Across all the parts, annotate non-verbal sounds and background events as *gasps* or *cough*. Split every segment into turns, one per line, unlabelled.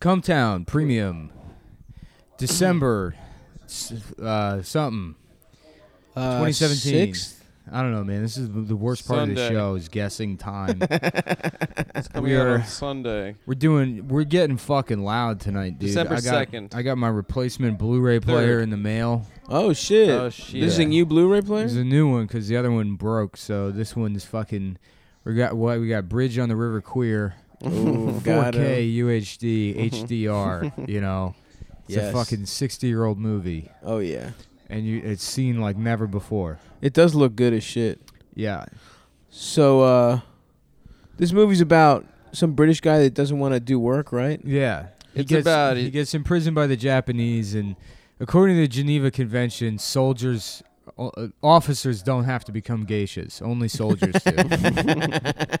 Cumtown Premium, December, s- uh, something,
Uh,
2017.
sixth?
I don't know, man. This is the worst part of the
Sunday.
show is guessing
*laughs*
time.
It's coming out
We're-
on Sunday.
we're doing, we're getting fucking loud tonight, dude.
December
I got,
2nd.
I got my replacement Blu-ray player in the mail.
Oh shit!
Oh, shit.
This is a new Blu-ray player.
There's a new one because the other one broke, so this one's fucking. We got what? We got Bridge on the River Queer,
Ooh, got
4K UHD
*laughs*
HDR. you know, it's a
Yes.
fucking 60 year old movie,
Oh yeah,
and you it's seen like never before.
it does look good as shit.
Yeah,
So, uh, this movie's about some British guy that doesn't want to do
*laughs*
work, right?
Yeah. He
It's
gets,
about-
he
it-
gets imprisoned by the Japanese, and according to the Geneva Convention, soldiers, o- uh, officers don't have to become geishas. Only soldiers do.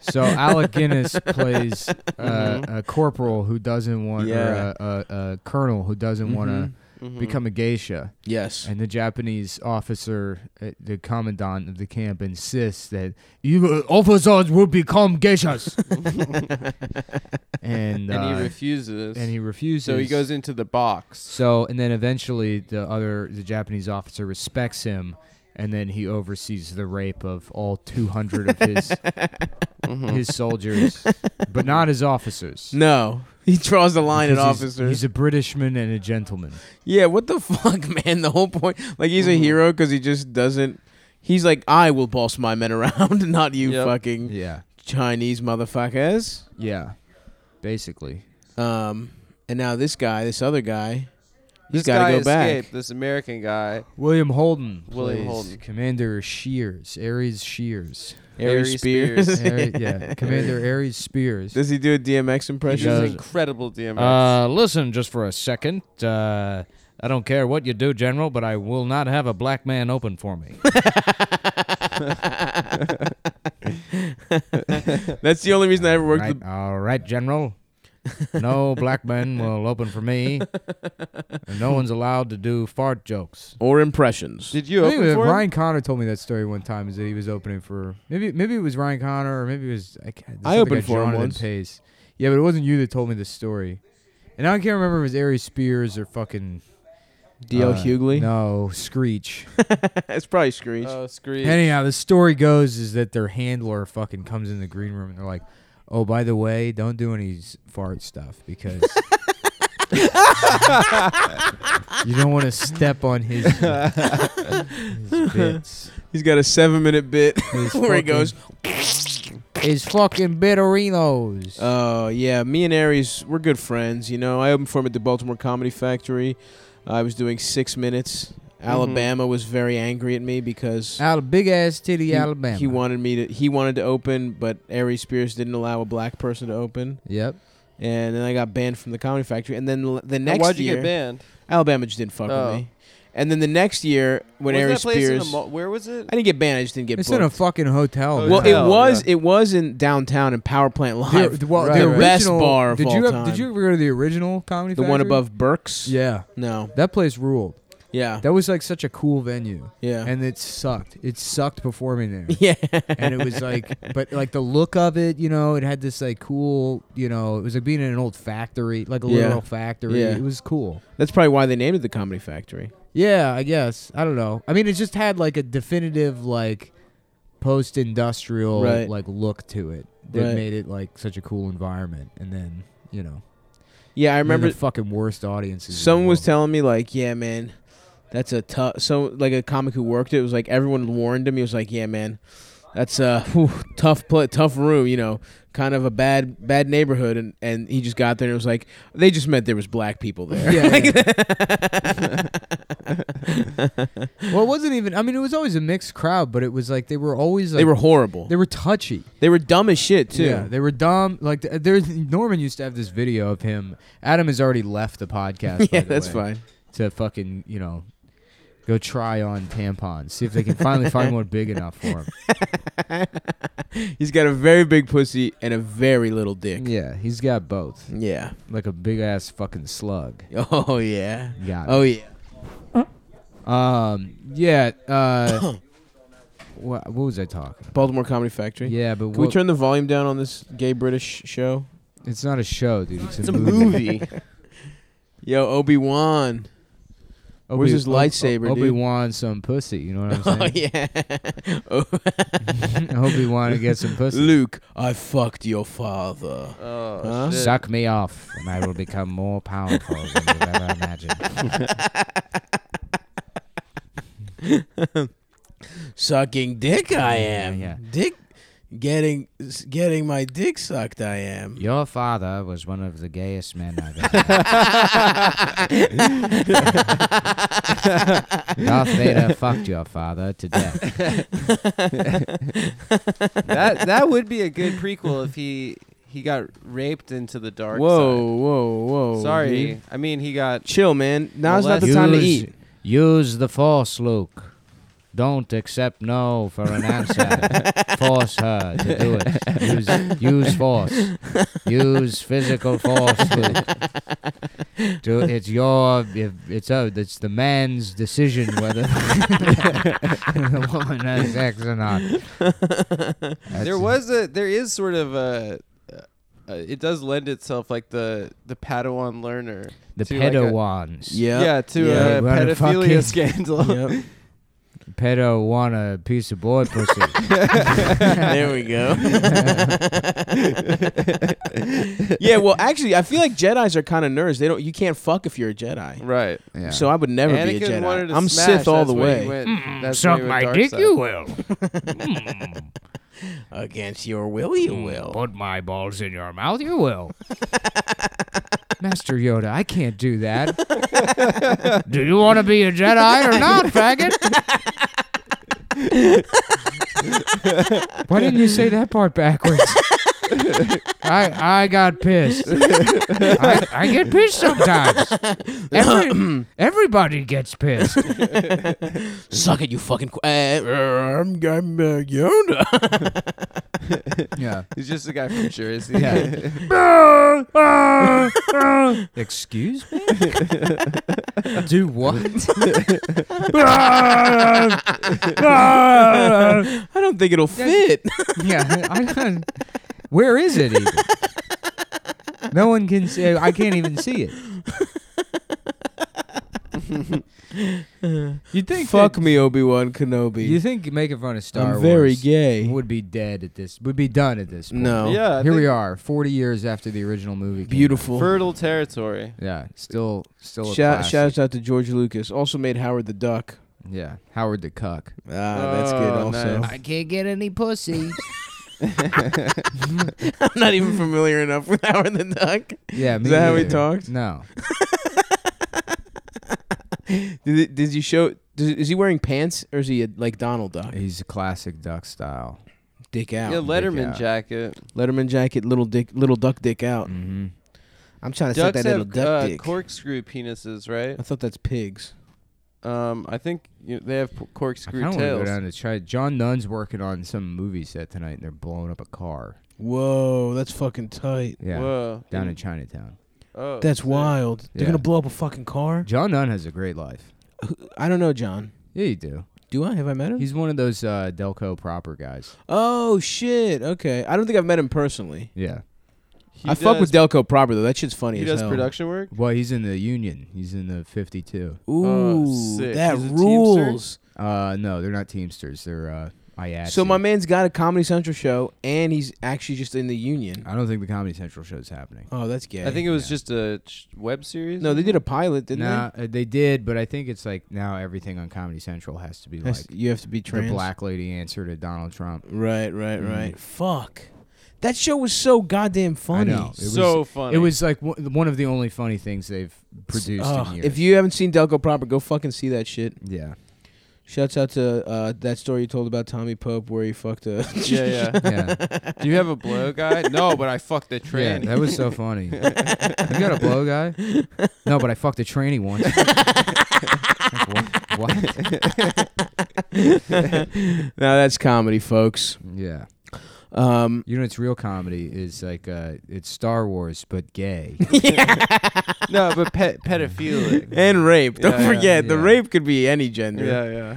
*laughs*
so Alec Guinness plays uh, a corporal who doesn't want,
Yeah.
or a, a, a colonel who doesn't
Mm-hmm.
want to become a geisha,
Yes.
and the Japanese officer, uh, the commandant of the camp, insists that you uh, officers will become
*laughs*
geishas, and
and
uh,
he refuses.
and he refuses.
so he goes into the box.
So and then eventually the other the Japanese officer respects him, and then he oversees the rape of all two hundred of
*laughs*
his his soldiers, but not his officers.
No, *laughs* he draws the line at
Because he's-
officers.
He's a Britishman and a Mm-hmm. gentleman.
yeah, what the *laughs* fuck, man? The whole point, like, he's a hero because he just doesn't. He's like, I will boss my men around, *laughs* not you,
Yep.
fucking
Yeah,
Chinese motherfuckers.
yeah, basically.
Um, and now this guy, this other guy, he's
This
got
guy
to go back.
escaped, This American guy.
William Holden,
William
plays
Holden.
Commander Shears, Ares
*laughs*
Shears,
Harry
Harry
Spears. *laughs*
Spears.
Ares- yeah, Commander Ares Spears.
Does he do a DMX
He's
impression?
does.
an incredible DMX.
Uh, listen just for a second. Uh, I don't care what you do, General, but I will not have a black man open for me.
*laughs* That's the only reason I ever worked
right,
with.
all right, General. *laughs* No black men will open for me. And no one's allowed to do fart jokes.
Or impressions.
Did you
I think it
open
was
for him?
Ryan Connor told me that story one time. Is that he was opening for maybe maybe it was Ryan Connor or maybe it was I, can't,
I
sounds like
opened
a
for him
Jonathan
once.
Pace. Yeah, but it wasn't you that told me this story. And I can't remember if it was Aries Spears or fucking
DL
uh,
Hughley? *laughs* Uh,
No, Screech.
it's probably Screech.
Oh, Screech.
Anyhow, the story goes is that their handler fucking comes in the green room and they're like, "Oh, by the way, don't do any s- fart stuff
*laughs*
because you don't want to step on
*laughs*
his, his bits,
He's got a seven minute bit
His
*laughs* where he
fucking-
goes,
his fucking bitterinos."
Oh, yeah. Me and Aries, we're good friends. You know, I opened for him at the Baltimore Comedy Factory. I was doing six minutes. Alabama was very angry at me because.
out of big ass titty,
he,
Alabama.
he wanted me to. He wanted to open, but Aries Spears didn't allow a black person to open,
Yep.
and then I got banned from the Comedy Factory. And then l- the
Now,
next
why'd you
year,
get banned?
Alabama just didn't fuck
Oh.
with me. And then the next year, when
was
Aries
that place in
Spears,
the mall? Where
*laughs*
was it?
I didn't get banned. I just didn't get
It's in
booked.
a fucking hotel.
Well,
well,
man.
it
hotel,
was
yeah.
it was in downtown in Power Plant
the,
Live,
the- well,
Right,
the
right.
original.
Best bar of
did
all
you
time.
did you ever go to the original comedy?
the one
Factory?
above Burks.
Yeah,
No.
that place ruled.
Yeah.
That was like such a cool venue.
yeah.
and it sucked. It sucked performing there.
*laughs* yeah.
and it was like, but like the look of it, you know, it had this like cool, you know, it was like being in an old factory, like a
Yeah.
literal factory.
Yeah.
It was cool.
*laughs* That's probably why they named it the Comedy Factory.
Yeah, I guess. I don't know. I mean, it just had like a definitive, like, post industrial,
Right.
like, look to it that
Right.
made it like such a cool environment. And then, you know,
Yeah, I remember
the fucking worst audiences. in the
someone was
world.
telling me like, "Yeah, man, that's a tough." So like a comic who worked it was like everyone warned him. He was like, "Yeah, man, that's a whew, tough pla tough room, you know, kind of a bad bad neighborhood." And and he just got there and it was like they just meant there was black people there.
Yeah,
*laughs*
yeah. well, it wasn't even. I mean, it was always a mixed crowd, but it was like *laughs* they were always like
they were horrible.
they were touchy.
They were dumb as shit too. *laughs*
Yeah, they were dumb. Like th- there's Norman used to have this video of him. Adam has already left the podcast. by
*laughs* Yeah,
the
that's
way,
fine.
To fucking you know, go try on tampons, see if they can finally find one big enough for him.
He's got a very big pussy and a very little *laughs* dick.
Yeah, he's got both,
Yeah. *laughs*
like a big ass fucking slug.
Oh yeah.
Got
Oh yeah.
it. Um, yeah. Uh, *coughs* what, what was I talking?
Baltimore Comedy Factory.
Yeah, but
Can we
what-
turn the volume down on this gay British show?
It's not a show, dude. It's,
It's
*laughs*
a movie.
Yo, Obi Wan. Where's his lightsaber, dude?
Obi Wan some pussy. You know what I'm saying?
*laughs* Oh yeah.
*laughs*
Oh,
Obi Wan to get some pussy.
*laughs* Luke, I fucked your father.
*laughs* oh,
Huh?
shit.
Suck me off, and I will become more powerful than you've ever
*laughs*
imagined.
Sucking dick, I
Yeah,
am.
yeah.
Dick, getting s- getting my dick sucked, I am. *laughs*
Your father was one of the gayest men I've ever met. Darth
*laughs*
Vader fucked your father to death.
*laughs* that that would be a good prequel if he he got raped into the dark
Whoa, whoa, whoa.
side. Sorry,
dude.
I mean he got.
Chill, man. Now's not the
Use-
time to eat.
Use the Force, Luke. Don't accept no for an answer. force her to do it. Use, use force. Use physical force, Luke. Do, it's your. It's a, It's the man's decision whether *laughs* the woman has sex or not. That's-
There was a there is sort of a. Uh, it does lend itself like the the Padawan learner.
the
to like a-
pedowans.
Yep.
Yeah, to
Yeah.
a
They wanna
pedophilia
fucking-
scandal.
*laughs*
*laughs*
Yep.
Pedo want a piece of boy pussy.
there we
*laughs*
go. *laughs* yeah, well, actually, I feel like Jedi's are kind of nerds. They don't. You can't fuck if you're a Jedi.
Right.
Yeah.
So I would never
Anakin
be a Jedi. Mm-hmm.
wanted to
I'm
smash,
Sith all
that's
the
where he
way.
went. That's where
Hmm, suck
he went
my
dark
dick,
side.
you will. Hmm.
Against your will, you
Mm. *laughs*
will.
Put my balls in your mouth, you will. *laughs* Master Yoda, I can't do that.
*laughs*
do you want to be a Jedi or not, faggot? Why didn't you say that part backwards? I I got pissed. I, I get pissed
*laughs*
sometimes. Every, everybody gets pissed.
*laughs* Suck it, you fucking. Qu- uh, I'm, I'm uh, Yoda. *laughs*
Yeah.
He's just a guy from Jersey.
*laughs* Excuse me? Do what?
I don't think it'll fit.
yeah. I don't, where is it even? No one can see. I can't even see it. you think
*laughs* Fuck
that-
me, Obi Wan Kenobi.
You think making fun of Star
I'm very
Wars
gay.
would be dead at this? Would be done at this? Point.
No.
Yeah. I
Here we
think
are, 40 years after the original movie. came
Beautiful.
Fertile territory.
out. Yeah. Still, still. A
Shout,
classic.
shouts out to George Lucas. Also made Howard the Duck.
Yeah. Howard the cuck.
Ah, that's good.
Oh,
Also,
nice.
can't get any pussy.
*laughs* I'm not even familiar enough with *laughs* Howard the Duck.
*laughs* yeah.
Is
me
that how he
neither.
talks?
No.
Did, it- did you show? Did, is he wearing pants or is he a, like Donald Duck?
He's a classic duck style.
Dick out.
Yeah, Letterman
out.
jacket.
Letterman jacket. Little dick. Little duck dick out.
Mm-hmm.
I'm trying to set
Ducks
that little
have
duck
uh,
dick.
corkscrew penises, right?
I thought that's pigs.
Um, I think you they have p-
I
corkscrew
kind of want to go
tails.
down to try. John Nunn's working on some movie set tonight, and they're blowing up a car.
Whoa, that's fucking tight.
Yeah.
Whoa.
Down in Chinatown.
Oh,
That's
sick.
wild. They're
Yeah.
gonna blow up a fucking car.
John Nunn has a great life.
I don't know, John.
Yeah, you do.
Do I? Have I met him?
He's one of those uh, Delco proper guys.
oh shit. Okay. I don't think I've met him personally.
Yeah.
He
I fuck with
does-
Delco proper though. That shit's funny
He
as
does
hell.
production work.
Well, he's in the union. He's in the 52.
Ooh,
uh, sick.
that
He's a Teamster?
rules.
Uh, no, they're not Teamsters. They're uh, IATSE.
So my man's got a Comedy Central show, and he's actually just in the union.
I don't think the Comedy Central show's happening.
Oh, that's gay.
I think it was
yeah.
just a sh- web series.
no, they did a pilot, didn't
nah, uh, they did, but I think it's like now everything on Comedy Central has to be
they?
like
That's- you have to be trans.
the black lady answer to Donald Trump.
Right, right,
Mhm.
right. Fuck, that show was so goddamn funny.
know. It was-
so funny.
It was like one one of the only funny things they've produced
Ugh,
in years.
if you haven't seen Delco proper, go fucking see that shit. *laughs*
yeah,
Shouts out to uh, that story you told about Tommy Pope where he fucked a.
*laughs* Yeah, yeah.
yeah,
Do you have a blow guy? No, but I
*laughs*
fucked the
yeah,
train.
that was so funny. you got a blow guy? No, but I fucked a tranny
*laughs*
once. what? what?
*laughs* now that's comedy, folks.
Yeah,
Um,
you know it's real comedy is like uh, it's Star Wars but gay.
*laughs*
*laughs*
no, but pe- pedophilic.
and rape. Don't
Yeah, yeah,
forget, the
yeah.
rape could be any gender.
yeah, yeah.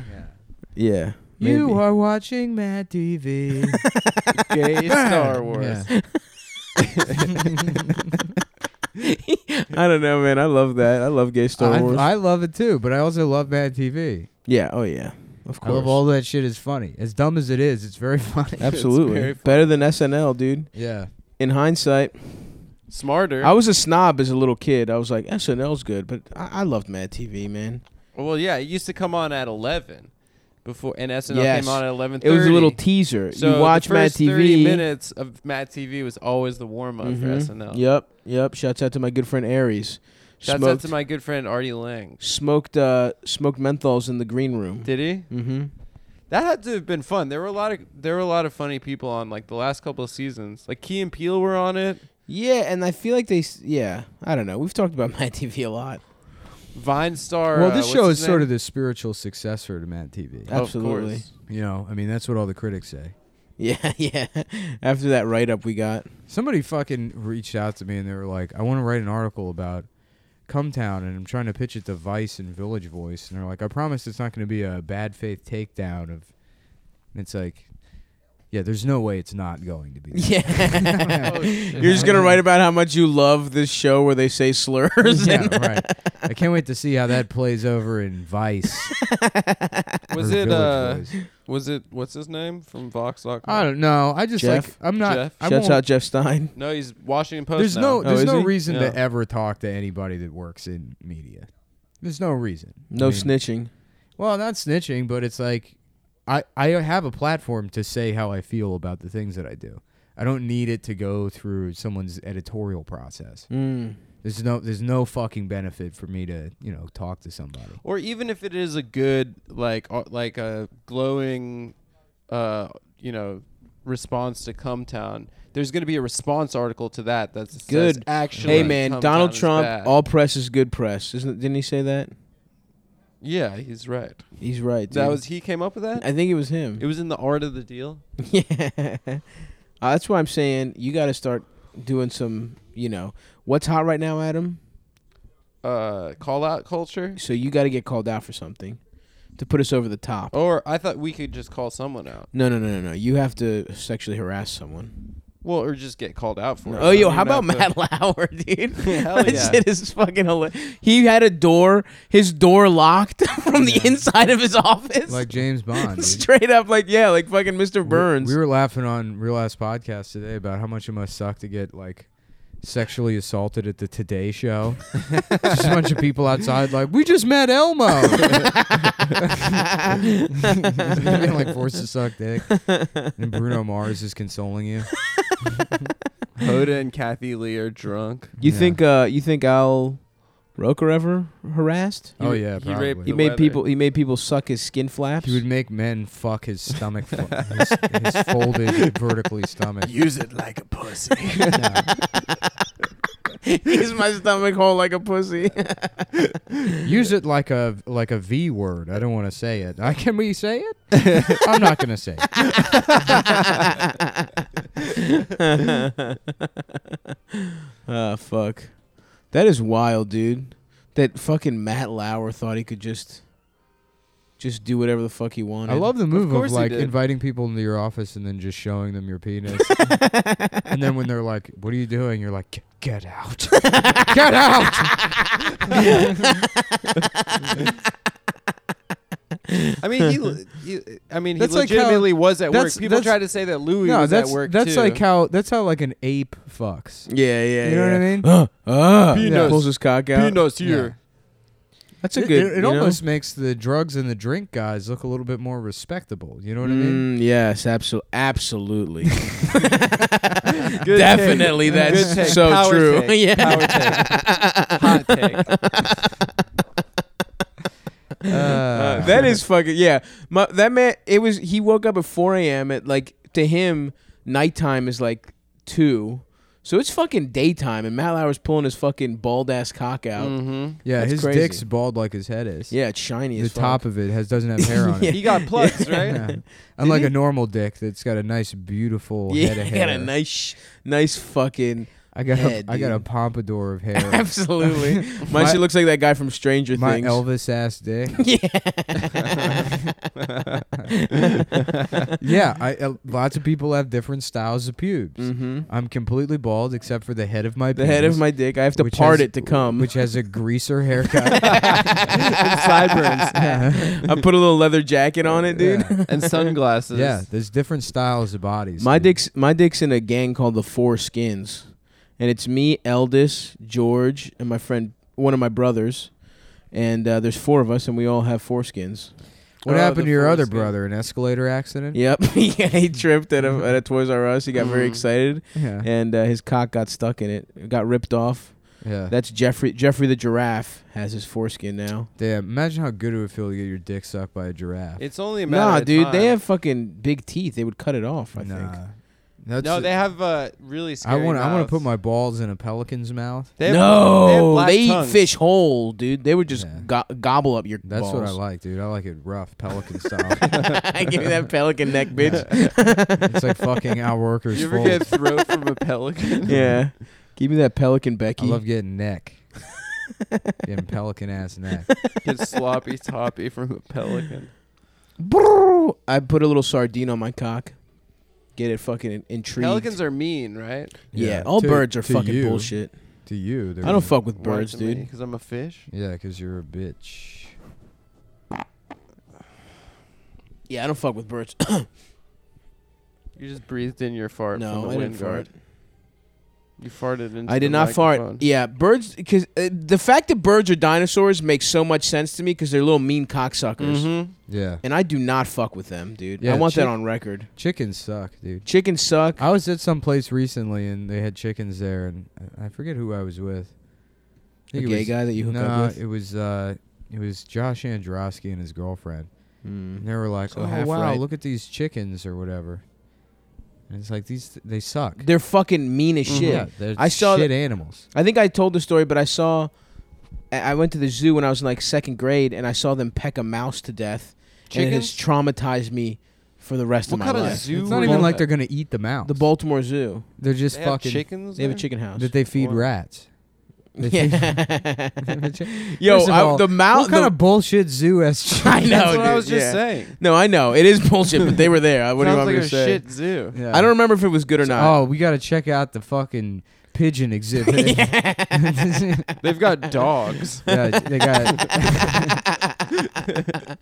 Yeah.
You
maybe.
*laughs* are watching Mad TV.
Gay Star
Yeah.
Wars.
*laughs* I don't know, man. I love that. I love gay Star
I,
Wars.
I love it too, but I also love bad TV.
yeah. Oh yeah. Of
I
course.
love all that shit is funny. As dumb as it is, it's very *laughs* funny.
Absolutely.
very
Better than SNL, dude.
Yeah.
In hindsight,
Smarter.
I was a snob as a little kid. I was like, SNL's good, but I, I loved Mad TV, man.
well, yeah, it used to come on at 11 before, and SNL
Yes.
came on at 11.
It was a little teaser.
So
you watch
the first
Mad
30
TV.
minutes of Mad TV was always the warm up for
Mhm.
SNL.
Yep, yep. Shouts out to my good friend Aries.
Shouts out
smoked,
to my good friend Artie Lang.
smoked, uh, smoked menthols in the green room.
Did he?
Mm-hmm.
That had to have been fun. There were a lot of there were a lot of funny people on like the last couple of seasons. Like Key and Peele were on it.
Yeah, and I feel like they. s- Yeah, I don't know. We've talked about *laughs* Mad TV a lot.
Vine star.
uh,
Well, this show is sort of the spiritual successor to Mad TV.
Absolutely.
You know, I mean, that's what all the critics say.
Yeah, *laughs* yeah. After that write up we
*laughs*
got.
Somebody fucking reached out to me and they were like, I want to write an article about Cumtown and I'm trying to pitch it to Vice and Village Voice. And they're like, I promise it's not going to be a bad faith takedown of. And it's like, yeah, there's no way it's not going to be. that.
*laughs*
*laughs*
Yeah.
Oh, shit.
You're just gonna write about how much you love this show where they say slurs.
yeah, right. I can't wait to see how that plays over in Vice.
*laughs* Was
or
it
Village
uh?
Voice.
Was it what's his name from Vox?
I don't know. I just
Jeff?
like I'm not.
Jeff?
I
*laughs* Shouts
won't-
out Jeff Stein.
No, he's Washington Post.
There's
now. Oh,
no. There's
is
no
he?
reason
Yeah.
to ever talk to anybody that works in media. There's no reason.
No
I mean,
snitching.
Well, not snitching, but it's like I I have a platform to say how I feel about the things that I do. I don't need it to go through someone's editorial process.
Mm.
There's no there's no fucking benefit for me to, you know, talk to somebody.
or even if it is a good like uh, like a glowing uh you know response to Come Town. There's going to be a response article to that. That's that says,
Good.
Actually,
Hey man,
Come
Donald
Town is
Trump.
bad."
All press is good press. Isn't? Didn't he say that?
yeah, he's right.
He's right.
That
dude.
was he came up with that.
I think it was him.
It was in the art of the deal.
*laughs* yeah. Uh, that's why I'm saying you got to start doing some, you know, what's hot right now, Adam?
Uh, call out culture.
So you got to get called out for something to put us over the top.
Or I thought we could just call someone out.
No, no, no, no, no. You have to sexually harass someone.
Well, or just get called out for it.
Oh, yo,
You
how about
don't have
Matt *laughs* Lauer, dude?
*laughs* Hell
that
yeah.
shit is fucking hilarious. He had a door, his door locked *laughs* from the
Yeah.
inside of his office.
Like James
*laughs*
Bond. dude.
Straight up, like, yeah, like fucking Mr.
We-
Burns. *laughs*
We, were laughing on Real Ass Podcast today about how much it must suck to get like sexually assaulted at the Today Show. just a bunch of people outside like, we just met Elmo.
*laughs*
Being, like forced to suck dick. And Bruno Mars is consoling you.
to- Hoda and Kathy Lee are drunk.
You
Yeah.
think uh you think Al Roker ever harassed?
oh yeah,
he
probably.
raped
He
The
made
weather.
people he made people suck his skin flaps. *laughs*
He would make men fuck his stomach, fl- his, his folded vertically
*laughs*
stomach.
*laughs* Use it like a pussy.
Yeah.
Use my stomach hole like a pussy.
Use it like a like a V word. I don't want to say it. I, can we say it? I'm not gonna say. it.
*laughs* Ah, fuck. That is wild, dude. That fucking Matt Lauer thought he could just just do whatever the fuck he wanted.
I
*laughs*
love the move of,
course he
like
did.
inviting people into your office and then just showing them your
*laughs*
penis. and then when they're like, "What are you doing?" You're like, "G- "Get
*laughs*
out, get out."
*laughs* I mean, he, le- he. I mean, he
That's like how-
legitimately was at work.
that's-
People
that's-
try to say that Louis
no,
was
that's
at work
that's
too.
like how that's how like an ape fucks.
Yeah, yeah,
You know what I
*gasps*
mean?
what I mean?
Peanuts.
Pulls his cock out.
Peanuts
here.
*laughs* That's a
It-
good.
It, it
you know?
almost makes the drugs and the drink guys look a little bit more respectable. You know what I mean?
Mm, yes, absolutely,
*laughs*
absolutely,
Good
definitely.
take.
That's
Good take.
so
Power
true.
Take.
*laughs* yeah.
Power
*laughs*
take. *laughs* Hot take.
*laughs*
Uh,
Mm. that is fucking yeah. My, that man, it was he woke up at 4 a.m. at like to him nighttime is like two, so it's fucking daytime, and Matt Lauer's pulling his fucking bald ass cock out.
Mm-hmm.
*laughs* yeah.
that's
His
crazy.
dick's bald like his head is.
Yeah, it's shiny
The
as fuck.
top of it has doesn't
*laughs*
have hair on it.
He got plugs, right?
Yeah. Unlike
he?
a normal dick that's got a nice, beautiful
*laughs* Yeah,
head of
I
hair.
got a nice, nice fucking
I got
head,
a, I got a
dude.
pompadour of *laughs* hair.
*laughs*
*laughs*
Absolutely. Mine
My-
shit looks like that guy from Stranger
My
Things. *laughs*
Elvis ass dick.
*laughs*
yeah.
yeah, I uh, lots of people have different styles of pubes.
mm-hmm.
*laughs* I'm completely bald except for the head of my
The head of
penis,
my dick. I have to
which
part
has-
it to come.
which has a
*laughs*
greaser haircut. *laughs*
And sideburns.
I put a little leather jacket *laughs* on it, dude. *laughs*
Yeah.
and sunglasses.
yeah, there's different styles of bodies.
My
dude.
dick's my dick's in a gang called the Four Skins, and it's me, Eldest, George, and my friend, one of my brothers, and uh, there's four of us, and we all have four skins.
What
Oh,
happened
the
to your other
foreskin.
brother? An escalator accident?
Yep, *laughs* yeah, he tripped at a at a Toys R Us. He got very
Mhm.
excited,
Yeah.
and uh, his cock got stuck in it. It got ripped off.
Yeah.
That's Jeffrey. Jeffrey the giraffe has his foreskin now.
Damn, imagine how good it would feel to get your dick sucked by a giraffe.
It's only a matter
Nah,
of
dude,
time.
they have fucking big teeth. They would cut it off. I
nah.
think.
That's
no, they have uh, really
I
scary.
want I want to put
mouths.
my balls in a pelican's mouth.
They have, they, have
no,
black
they, eat
tongues.
fish whole, dude. They would just
Yeah.
go- gobble up your
That's
balls.
what I like, dude. I like it rough,
*laughs*
pelican style.
Give me that
*laughs*
pelican neck, bitch.
it's
*laughs*
like fucking our workers.
You ever
full.
get throat from a pelican?
yeah. Give me that pelican,
I
Becky.
love getting
*laughs*
neck. getting pelican ass neck.
*laughs* Get sloppy toppy from a pelican.
Brrr. I put a little sardine on my cock. Get it fucking intrigued.
Pelicans are mean, right?
yeah. all
to-
birds are
to
fucking
you-
bullshit.
To you, they're
I
mean.
don't fuck with birds, dude.
Because I'm a fish.
Yeah, because you're a bitch.
Yeah, I don't fuck with birds.
You just breathed in your fart from
no,
the
I
wind
didn't
guard.
fart.
You farted into
I did
the
not
microphone.
fart. e- Yeah, birds. Because uh, the fact that birds are dinosaurs makes so much sense to me because they're little mean cocksuckers,
Mhm.
Yeah,
and I do not fuck with them, dude.
Mm-hmm. Yeah,
I want
chick-
that on record.
chickens suck, dude.
Chickens suck.
I was at some place recently and they had chickens there, and I I forget who I was with. I
A
think it
gay
was-
guy that you hook up
nah,
with?
it was uh, it was Josh Androsky and his girlfriend. And
Mm.
they were like,
So
"Oh
half
wow,
right.
look at these chickens or whatever." And it's like these they suck. Mm-hmm.
They're fucking mean as
Mhm.
shit.
Yeah, they're
I saw
shit animals.
I think I told the story, but I saw. I I went to the zoo when I was in like second grade, and I saw them peck a mouse to death, and it has
Chickens?
traumatized me for the rest
What
of my
kind of
life.
zoo?
It's not
was
even like
that?
they're gonna eat the mouse.
The Baltimore Zoo.
They're
They
just
have
fucking
chickens.
They have a
there?
chicken house.
that they feed
*laughs*
What?
rats. they think- *laughs*
yeah.
First
Yo,
of
I,
all,
the mouse.
what kind of bullshit zoo has chickens?
*laughs* I
*laughs*
know.
*laughs* That's what I
dude,
was just
yeah.
saying.
no, I know it is bullshit, but they were there. I- What do you
Sounds
want
like
me
a
to say?
shit zoo.
Yeah.
I don't remember if it was good or not.
Oh, we gotta check out the fucking
*laughs*
pigeon exhibit.
Yeah.
*laughs*
They've
*laughs*
got dogs.
Yeah, they got.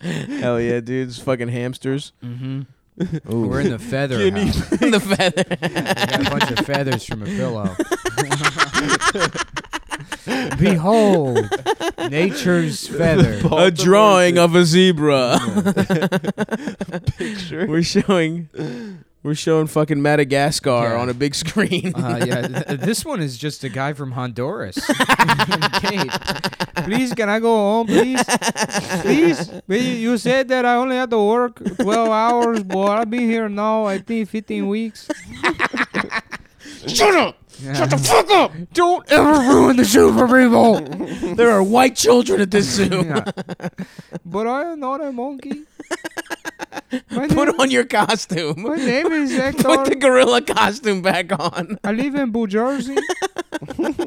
*laughs* Hell yeah, dudes!
*laughs*
Fucking hamsters.
mm-hmm. We're in the feather
Guinea-
house.
the *laughs* feather.
I got a bunch of feathers from a *laughs* pillow. Behold, nature's feather.
a drawing
Baltimore
of a *laughs* zebra.
picture.
we're showing, we're showing fucking Madagascar
Yeah.
on a big screen.
*laughs* Uh, yeah, th- this one is just a guy from Honduras. *laughs* Kate, please, can I go home, please? Please, But you you said that I only had to work 12 hours, but I'll be here now, I think 15 weeks.
Shut up!
Yeah.
Shut the fuck up!
Don't ever ruin the shoe for people.
*laughs* There are white
*laughs*
children at this zoo.
Yeah. But I am not a *laughs* monkey. My
*laughs* Put
name,
on your costume. *laughs*
my name *laughs* is
Put the
Hector.
gorilla costume back on.
I live in New Jersey.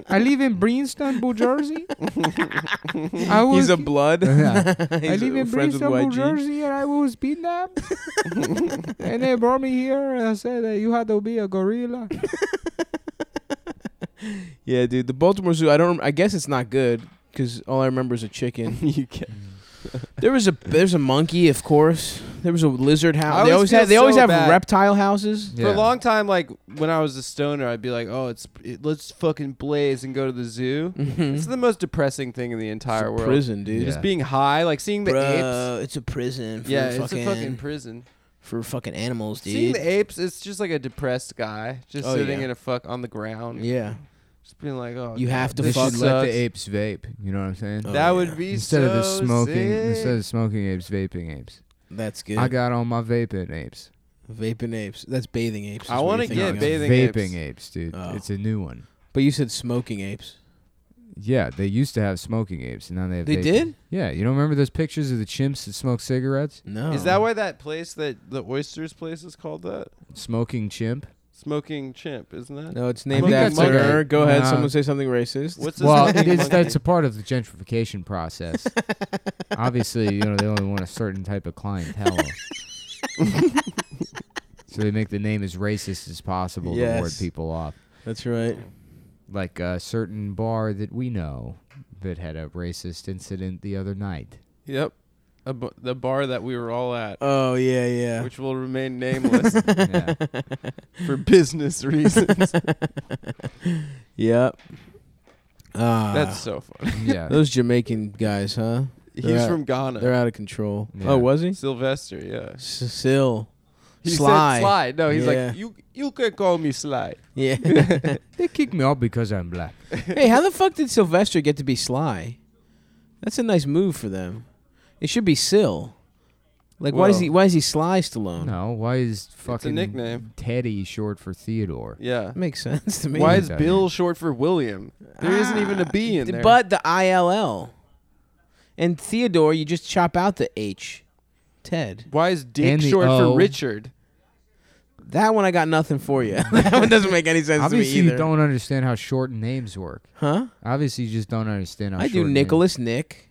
I live in Princeton, New Jersey. I
He's
was
a blood. *laughs*
Yeah. I
He's
live in
friends with
Bristol, New
YG.
Jersey, and I was kidnapped. and they brought me here and I said that you had to be a gorilla.
Yeah, dude. The Baltimore Zoo. I don't. I guess it's not good because all I remember is a chicken.
*laughs* you get.
There was a there's a monkey, of course. There was a lizard house.
I
they always
always
have
feel
they always
so
have
bad.
reptile houses.
For a long time, like when I was a stoner, I'd be like, "Oh, it's it, let's fucking blaze and go to the zoo."
Mhm.
It's the most depressing thing in the entire
It's a
world.
prison, dude.
Yeah.
Just being high, like seeing the apes.
Bro, it's a prison. For
Yeah,
fucking,
it's a fucking prison.
for fucking animals,
Seeing
dude.
the apes, it's just like a depressed guy just
Oh,
sitting
yeah.
in a fuck on the ground,
Yeah,
just being like, "Oh,
you
God,
have to
this
they
fuck.
should let
sucks.
the apes vape. You know what I'm saying?
Oh,
That would
yeah.
be
instead
so
of the smoking,
sick.
instead of smoking apes, vaping apes.
That's good.
I got on my vaping apes.
vaping apes. That's bathing apes.
I
is what
wanna
you're
get
thinking of.
bathing
vaping apes, dude.
Oh.
It's a new one.
But you said smoking apes.
Yeah, they used to have smoking apes, and now they have.
They
vaping.
did?
Yeah, you don't remember those pictures of the chimps that smoke cigarettes?
No.
Is that why that place that the oysters place is called that?
Smoking chimp.
Smoking chimp, isn't that?
No, it's
I
named
think
after
that's okay.
her. Go ahead.
Nah.
Someone say something racist.
What's his
*laughs* Well,
name?
it is.
Monkey?
That's a part of the gentrification *laughs* process. Obviously, you know they only want a certain type of *laughs* clientele, so they make the name as racist as possible to ward
Yes.
people off.
That's right.
Like a certain bar that we know that had a racist incident the other *laughs* night.
Yep. A bu- the bar that we were all at,
Oh yeah, yeah.
which will remain nameless
*laughs*
Yeah.
for business reasons.
Yep. Ah,
That's so funny.
yeah.
those Jamaican guys, huh?
He's
They're out-
from
They're
Ghana.
out of control.
Yeah.
Oh, was he?
Sylvester, yeah.
Sil.
He
Sly.
said Sly. No, he's
Yeah.
like you. You could call me Sly.
*laughs* Yeah.
They kick me out because I'm black.
*laughs* hey, how the fuck did Sylvester get to be Sly? That's a nice move for them. It should be Sil. Like, why does
Well-
he? Why is he Sly Stallone?
No, why is fucking
nickname.
Teddy short for Theodore?
Yeah.
That makes *laughs* sense to me.
Why
Yeah,
is
that-
Bill short for William? There not even a B in
Ah, D-
there.
But the ill. And Theodore, you just chop out the H. Ted.
why is Dick
And the
short
O.
for Richard?
That one I got nothing for you. *laughs* that one doesn't make any sense to me
Obviously,
either.
you don't understand how short names work.
huh?
Obviously, you just don't understand how.
I do
short names-
Nicholas Nick.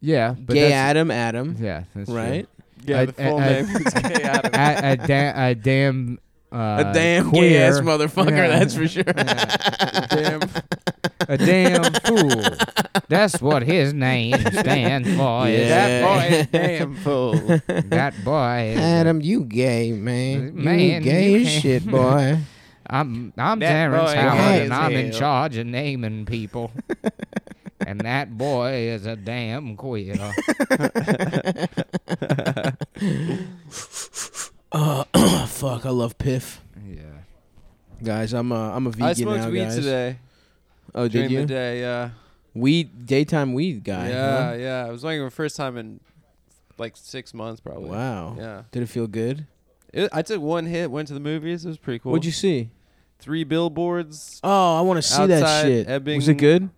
Yeah, but
gay
that's,
Adam Adam.
Yeah, that's true.
right?
Yeah,
I-
the full
I- I-
name
*laughs*
is Gay Adam.
A, a, da- a damn. Uh,
a damn
queer,
gay ass
*laughs*
motherfucker,
Yeah.
that's for sure.
Damn.
*laughs*
a damn fool. That's what his name
*laughs*
stands for. is
Yeah.
That boy is damn fool.
That boy. Is,
Adam, you gay, man.
Man,
you gay
you
as
gay. *laughs*
shit, boy.
I'm I'm
That
Terrence
boy
Howard,
is
and I'm in
hell.
charge of naming
*laughs*
people. and that boy is a damn
*laughs*
queer.
uh, *clears throat* fuck, I love Piff.
yeah.
Guys, I'm a I'm a vegan
I smoked
now,
weed
guys.
today
Oh, did
during the
you?
day. Yeah,
Weed daytime weed guy.
yeah,
huh?
yeah. It was like my first time in like six months, probably.
Wow.
Yeah,
Did it feel good?
It- I took one hit, went to the movies. It was pretty cool.
What'd you see?
Three billboards.
Oh, I want to see that
Outside
shit.
Ebbing-
Was it good?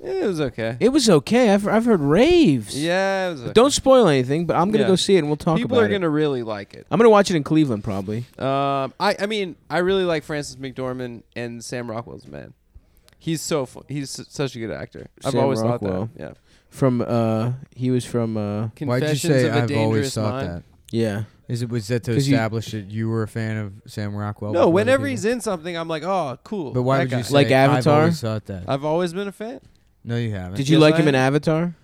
It was okay.
It was okay. I've I've heard raves.
yeah, it was. Okay.
Don't spoil anything, but I'm gonna
Yeah.
go see it and we'll talk
People
about
are
it.
gonna really like it.
I'm gonna watch it in Cleveland probably.
Um, I I mean I really like Francis McDormand and Sam Rockwell's man. He's so fu- he's s- such a good actor. I've
Sam
always
Rockwell.
thought that. Yeah.
From uh, he was from uh,
Why'd you
Confessions
say I've
of a
always
Dangerous
thought
Mind.
that?
yeah.
Is it was that to
'Cause you-
establish that you were a fan of Sam Rockwell?
No, whenever he's in something, I'm like, oh, cool.
But why
that
would you
guy.
say
Like Avatar?
I've always thought that.
I've always been a fan.
no, you haven't.
Did you
Yes,
like
I
him in
am.
Avatar?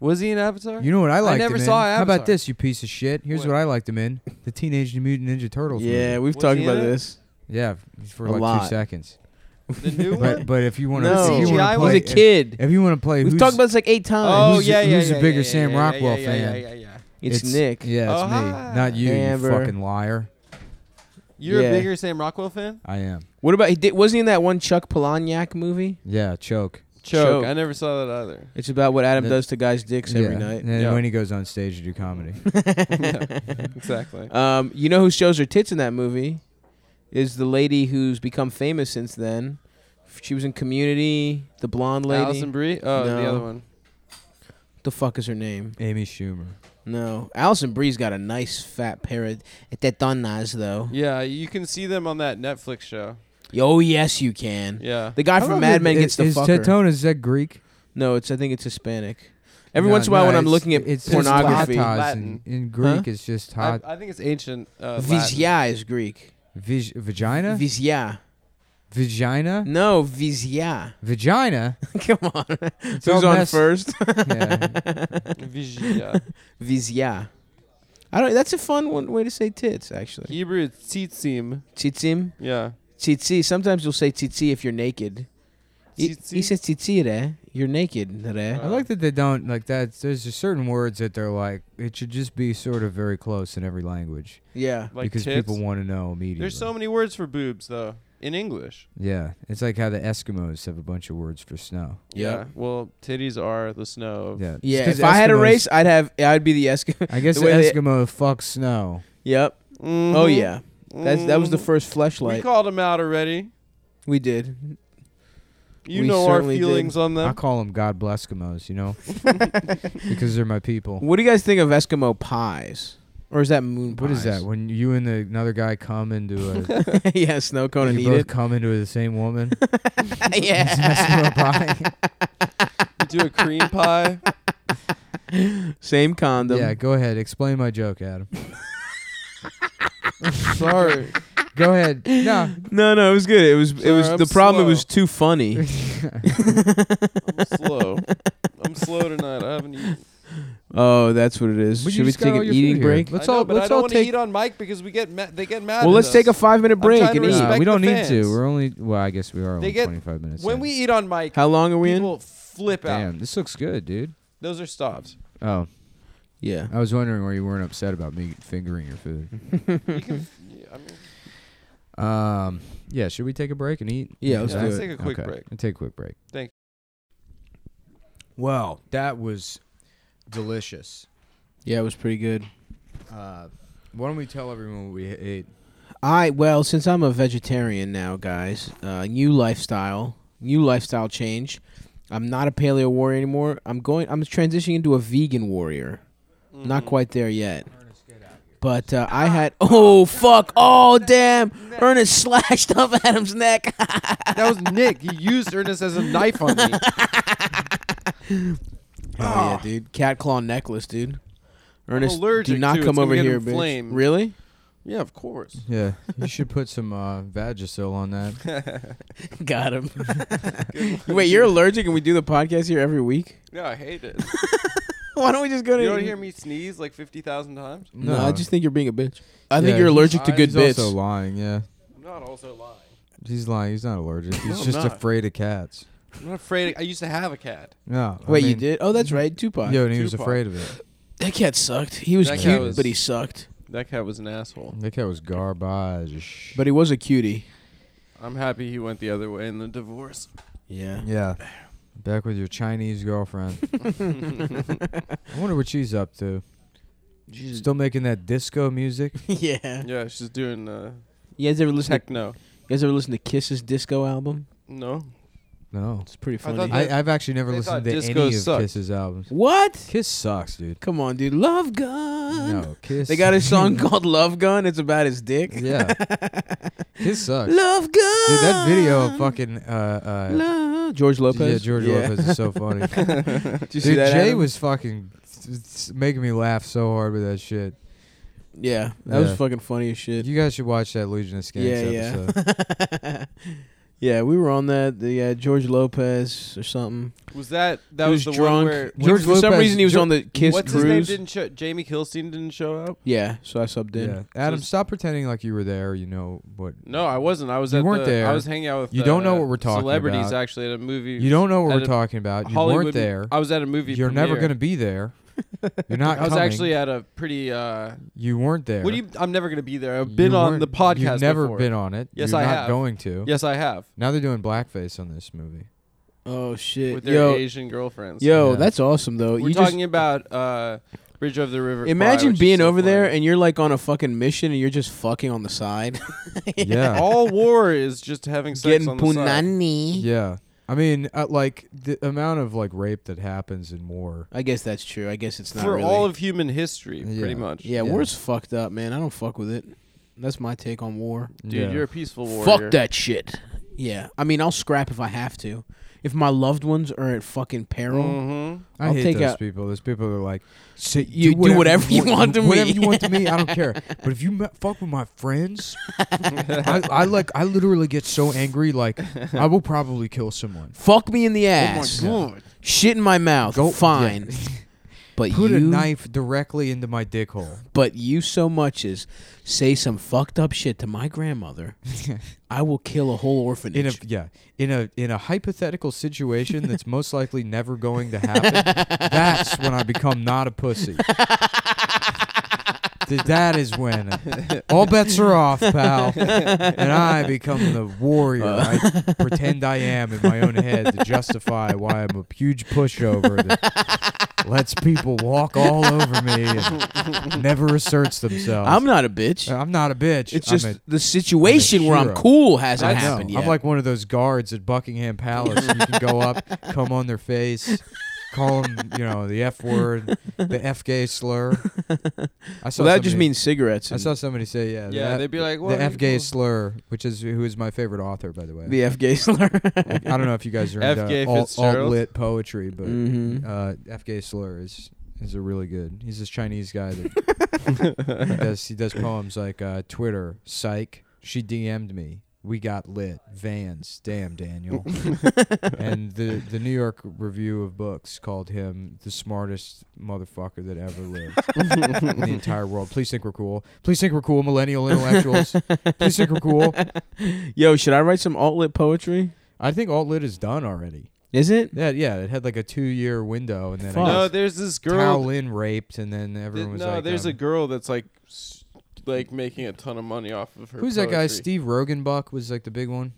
Was he in Avatar?
You know what I liked
never
him in?
saw
How about
Avatar.
this, you piece of shit? Here's what,
What?
I liked him in: the Teenage Mutant Ninja Turtles.
Yeah,
movie.
we've
Was
talked
he
about
in it?
this.
yeah, f- for
A
like
lot.
two seconds. *laughs*
the new
But
one.
but if you want to,
No.
if you want
CGI
to
was
play,
He's a kid.
If, if you want to play,
we've
who's-
talked about this like eight times.
Oh
who's-
yeah, yeah.
who's a
yeah,
bigger
yeah,
Sam
yeah, yeah,
Rockwell
yeah, yeah,
fan?
Yeah, yeah, yeah.
it's, Nick.
Yeah, it's
Oh,
me,
hi.
not you, you
Amber.
fucking liar.
You're
Yeah.
a bigger Sam Rockwell fan?
I am.
What about he did, wasn't he in that one Chuck Palahniuk movie?
Yeah, choke.
Choke.
I never saw that either.
*laughs*
*laughs*
It's about what Adam
That-
does to guys' dicks every
Yeah,
night.
And
Yeah.
when he goes on stage to do comedy,
*laughs*
Exactly.
Um, you know who shows her tits in that movie? Is the lady who's become famous since then. She was in Community, the blonde lady.
Allison Brie. Oh, the
No.
other one.
The fuck is her name?
Amy Schumer.
No, Allison Brie's got a nice fat pair of tetonas though.
Yeah, you can see them on that Netflix show.
Oh yes, you can.
Yeah.
The guy
I love
from Mad
that-
Men
i-
gets the
is
fucker.
Tetone is that Greek?
No, it's I think it's Hispanic. Every
No,
once in a while,
no,
when I'm
it's-
looking at
it's just
pornography,
tatas
Latin.
In, in Greek,
Huh?
it's just
I,
hot.
I think it's ancient. Uh, Latin.
Vizya is Greek.
Vig- vagina?
Vizya.
vagina?
No, Vizya.
Vagina?
*laughs* Come on.
all
Who's on
messed-
first?
Yeah.
Vigia.
Vizya. I don't. That's a fun one way to say tits, actually.
Hebrew it's tzitzim.
Tzitzim,
Yeah.
tzitzi. Sometimes you'll say tzitzi if you're naked. He, he
Tzitzi?
says tzitzi re. You're naked re.
Uh,
I like that they don't like that. There's just certain words that they're like it should just be sort of very close in every language
Yeah.
Like
because
tips.
people want to know immediately.
There's so many words for boobs though in English.
yeah, it's like how the Eskimos have a bunch of words for snow.
Yep.
Well, titties are the snow. Of
Yeah, it's
Yeah.
'cause
If I had a
Eskimos-
race, I'd have. I'd be the *laughs* Eskimo.
I guess
the
the
way they-
Eskimo fucks snow.
yep.
Mhm.
Oh yeah. That's that was the
Mhm.
first
We
fleshlight we,
called them out already.
did.
You
We
know our
certainly did.
feelings on
I
them.
call them God bless Eskimos, you know, because they're my people.
What do you guys think of Eskimo pies? Or is that moon
What is
*laughs*
that? When you and the, another guy come into a
that? yeah, snow cone and
you
eat
both
it.
come into the
*laughs*
same woman?
*laughs* yeah.
Is that snow pie?
do a cream pie.
Same condom.
yeah, go ahead. Explain my joke, Adam.
*laughs* Sorry.
Go ahead. No.
No, no, it was good. It was it was
Sorry, I'm
the problem. It was
slow.
too
*laughs*
funny.
I'm slow. I'm slow tonight. I haven't eaten.
oh, that's what it is.
But you
Should we
just got
take
all
an
your food
eating
here.
break?
Let's
I know,
all
but I
let's
don't
all
wanna
take.
eat on Mike because we get ma- they get mad.
Well,
at
let's
us.
take a five minute break
trying to
and
Nah,
eat.
respect
we don't
the
need to.
fans.
We're only well, I guess we are only
They get-
25 minutes.
When
in.
we eat on Mike,
How long are we in?
people flip out.
damn, this looks good, dude.
Those are stops.
Oh,
Yeah.
I was wondering why you weren't upset about me fingering
*laughs*
your food.
You can, yeah, I mean,
Um, yeah, should we take a break and eat?
Yeah, let's
yeah,
do
let's
it.
take a quick break.
We'll take a quick break.
Thank-
Well, that was delicious.
Yeah, it was pretty good.
Uh, why don't we tell everyone what we ate?
I well, since I'm a vegetarian now, guys, uh, new lifestyle, new lifestyle change. I'm not a paleo warrior anymore. I'm going. I'm transitioning into a vegan warrior. Not
Mm-hmm.
quite there yet. But uh, I had *laughs* oh fuck oh damn Ernest slashed *laughs* up Adam's neck.
that was Nick. He used Ernest as a knife on *laughs* me.
Oh yeah, dude. Cat claw necklace, dude. Ernest, do
allergic
not
to it.
come
It's gonna
over
get
here,
inflamed.
bitch. Really?
Yeah, of course.
Yeah, you should put some uh, Vagisil
*laughs*
on that.
*laughs* Got
*laughs*
him. Wait, you're allergic, and we do the podcast here every week.
No, I hate it.
*laughs* Why don't we just go to?
You don't hear me sneeze like fifty thousand times.
No, I just think you're being a bitch. I think
Yeah,
you're
he's-
allergic to
I-
good
he's
bits.
also lying. Yeah,
I'm not also lying.
he's lying. He's not allergic. He's
No, I'm
just
not.
afraid of cats.
I'm not afraid. I used to have a cat.
No, I
Wait, you
mean-
did? Oh, that's right, Tupac.
Yeah, and he was
Tupac.
afraid of it.
that cat sucked. He was
That cat
cute,
was-
but he sucked.
That cat was an asshole.
That cat was garbage.
But he was a cutie.
I'm happy he went the other way in the divorce.
Yeah.
yeah, back with your Chinese girlfriend.
*laughs*
I wonder what she's up to.
She's-
Still making that disco music?
*laughs* yeah.
Yeah, she's doing uh,
You guys ever listen? To,
techno.
you guys ever listen to Kiss's disco album?
No,
No,
It's pretty
I
funny.
thought
I, I've actually never
They
listened
thought
to
disco
any
sucked.
of Kiss's albums.
what?
Kiss sucks, dude.
Come on, dude. Love Gun.
No, Kiss.
They got a song called Love Gun. It's about his dick. *laughs*
Yeah, *laughs* Kiss sucks.
Love Gun.
Dude, that video of fucking uh, uh,
Love. George Lopez.
Yeah, George Lopez is so funny.
*laughs*
Dude,
Did you see that?
Jay
Adam?
was fucking s- making me laugh so hard with that shit.
Yeah, that was
Yeah.
fucking funny as shit.
You guys should watch that Legion of Skanks
yeah,
episode.
*laughs*
yeah. *laughs* yeah, we were on that. The uh, George Lopez or something.
was that that
He
was,
was
the one
drunk.
where
George
for some
Lopez-
reason, he was
Geor-
on the Kiss
what's
cruise.
his name didn't show? Jamie Kilstein didn't show up.
yeah, so I subbed in.
Yeah. Adam,
So-
stop pretending like you were there. You know what?
No, I wasn't. I was
You
at
weren't
the,
there.
I was hanging out with.
You don't
uh,
know what we're talking
Celebrities
about.
actually at a movie.
You don't know what
at
we're
a
talking about. You
Hollywood
weren't there.
I was at a movie.
You're never
premiere.
gonna
*laughs*
be there. You're not
I was
coming.
actually at a pretty. uh
you weren't there.
What do you? I'm never gonna be there.
You
I've been on
weren't-
the podcast.
You've never
before.
been on it.
Yes,
You're
I
not
have.
going to.
Yes, I have
Now they're doing blackface on this movie.
*laughs* Oh shit.
with their
yo,
Asian girlfriends.
yo,
Yeah.
that's awesome though.
we're
you
talking about uh, Bridge of the River.
just
Kwai,
imagine
which is
being
so
over there
funny.
and you're like on a fucking mission and you're just fucking on the side,
Yeah.
All war is just having *laughs* sex
getting
on the side.
punani.
yeah. I mean, uh, like the amount of like rape that happens in war.
I guess that's true. I guess it's not
for
really.
all of human history,
Yeah.
pretty much.
yeah,
Yeah.
war's fucked up, man. I don't fuck with it. That's my take on war.
dude,
Yeah.
you're a peaceful warrior.
Fuck that shit. Yeah, I mean, I'll scrap if I have to. If my loved ones are at fucking peril,
Mm-hmm.
I
I'll
hate
take
those
out-
people. Those people are like,
so you do whatever, you want to
whatever
me.
you want to me. I
*laughs*
don't care. But if you me- fuck with my friends, I, I like. I literally get so angry. Like I will probably kill someone.
Fuck me in the ass.
God.
Shit in my mouth.
Go-
Fine. but
Put
you,
a knife directly into my dick hole.
But you so much as say some fucked up shit to my grandmother, I will kill a whole
In a
orphanage.
yeah, in a in a hypothetical situation
*laughs*
that's most likely never going to happen. that's when I become not a pussy. Th- That is when all bets are off, pal, and I become the warrior
Uh.
I pretend I am in my own head to justify why I'm a huge pushover that lets people walk all over me and never asserts themselves.
I'm not a bitch.
I'm not a bitch.
it's
I'm
just
a
the situation where I'm
hero.
cool hasn't
I know.
happened yet.
I'm like one of those guards at Buckingham Palace. you can go up, come on their face, call him, you know, the F word, the F gay slur. I saw
So that just
somebody-
means cigarettes.
I
and
saw somebody say, yeah,
Yeah,
that-
they'd be like, "What
the
are
F
you
gay
doing?"
slur, which is who is my favorite author, by the way.
the F gay slur.
*laughs* I don't know if you guys are
F.
into
Gay
alt,
Fitzgerald?
lit poetry, but
Mhm.
uh, F gay slur is is a really good. He's this Chinese guy that he does he does poems like uh, Twitter, psych. She DM'd me. We got lit. Vans. Damn, Daniel. and the the New York Review of Books called him the smartest motherfucker that ever lived in the entire world. Please think we're cool. Please think we're cool,
*laughs*
millennial intellectuals. Please think we're cool.
Yo, should I write some alt lit poetry?
I think alt lit is done already.
Is it?
Yeah, yeah. It had like a two year window, and then
Fuck.
I
No,
guess
there's this girl.
Tao Lin raped, and then
th-
everyone was
no,
like,
there's
um,
a girl that's like, s- like making a ton of money off of her.
who's that guy?
poetry.
Steve Rogenbuck was like the big one.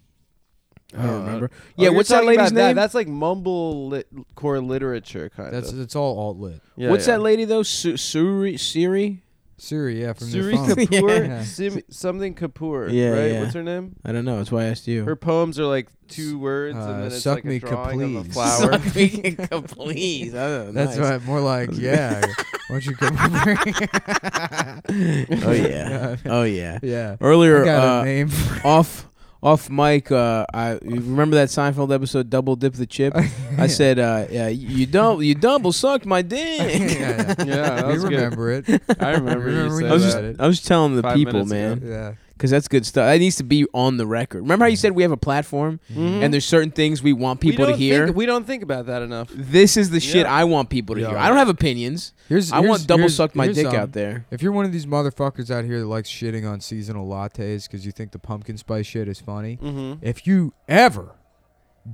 I
Uh,
don't remember.
Oh,
yeah,
you're
what's that
talking
lady's
about that.
name?
That's like mumble lit- core literature kind
That's
of.
it's all alt lit.
Yeah,
what's
yeah.
that lady though? Su- Suri Siri?
Siri, yeah, from
Suri
the
*laughs*
phone.
Kapoor,
Yeah.
Sim- something Kapoor,
Yeah,
right?
yeah.
What's her name?
I don't know. That's why I asked you.
Her poems are like two words,
uh,
and then it's
suck
like
me
a drawing of a
*laughs*
kaplees.
flower.
Please. Oh,
*laughs* That's
nice.
right. More like, yeah. Why don't you come over?
Oh yeah. Oh yeah.
*laughs* yeah.
Earlier,
I got
uh,
a name.
*laughs* off off mic, uh, I you remember that Seinfeld episode, "Double Dip the Chip."
*laughs*
I said, uh, yeah, "You double, you double sucked my dick." *laughs*
*laughs* yeah, yeah.
yeah, that
we
was good.
remember
*laughs*
it.
I remember,
Remember
you said
when you
I was
said
just,
that.
it.
I was telling the
Five
people, man,
minutes ago.
Yeah.
because that's good stuff. That needs to be on the record. Remember how you said we have a platform,
Mm-hmm.
Mhm.
and there's certain things we want
We
people to
don't
hear.
think- we don't think about that enough.
this is the shit
Yeah.
I want people to
Yeah.
hear. I don't have opinions.
Here's,
I want
here's-
double
here's-
sucked my
here's
dick
something.
out there.
If you're one of these motherfuckers out here that likes shitting on seasonal lattes because you think the pumpkin spice shit is funny,
Mm-hmm.
if you ever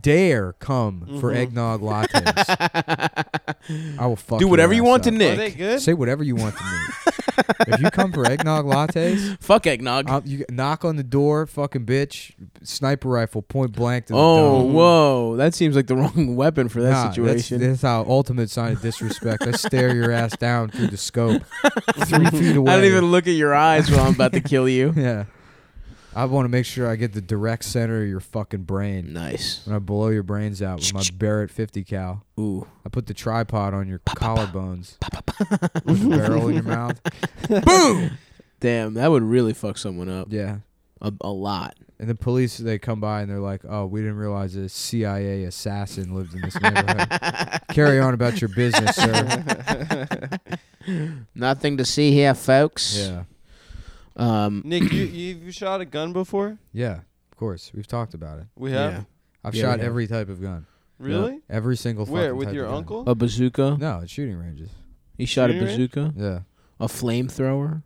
dare come for
Mhm.
Mm-hmm.
eggnog
*laughs*
lattes, I will fuck
Do
your
whatever you
ass
want to
up.
Are they
Nick.
good?
Say whatever you want to me. if you come for eggnog
*laughs*
lattes,
Fuck eggnog.
I'll, you knock on the door, fucking bitch, sniper rifle point blank to the
oh,
dome.
whoa. That seems like the *laughs* wrong weapon for that
Nah,
situation.
That's, that's how ultimate sign of disrespect. I stare your ass down through the
*laughs*
scope, three feet away.
I don't even look at your eyes while I'm about to kill you.
*laughs* Yeah. I want to make sure I get the direct center of your fucking
*laughs*
brain.
Nice.
When I blow your brains out with my Barrett 50 cal,
Ooh.
I put the tripod on your collarbones. With
*laughs*
the barrel in your mouth. Boom!
Damn, that would really fuck someone up.
Yeah.
A, a lot.
And the police, they come by and they're like, oh, we didn't realize a CIA assassin lived in this
*laughs*
neighborhood. Carry on about your business, sir.
*laughs* Nothing to see here, folks.
Yeah.
Um,
Nick, you you've shot a gun before?
Yeah. Of course. We've talked about it.
We have.
yeah.
I've
Yeah,
shot
we have.
every type of gun.
Really?
Every single
Where?
fucking
With
type
your
of gun.
uncle?
A bazooka.
No, at shooting ranges.
He shot a
Shooting range?
bazooka.
Yeah.
A flamethrower.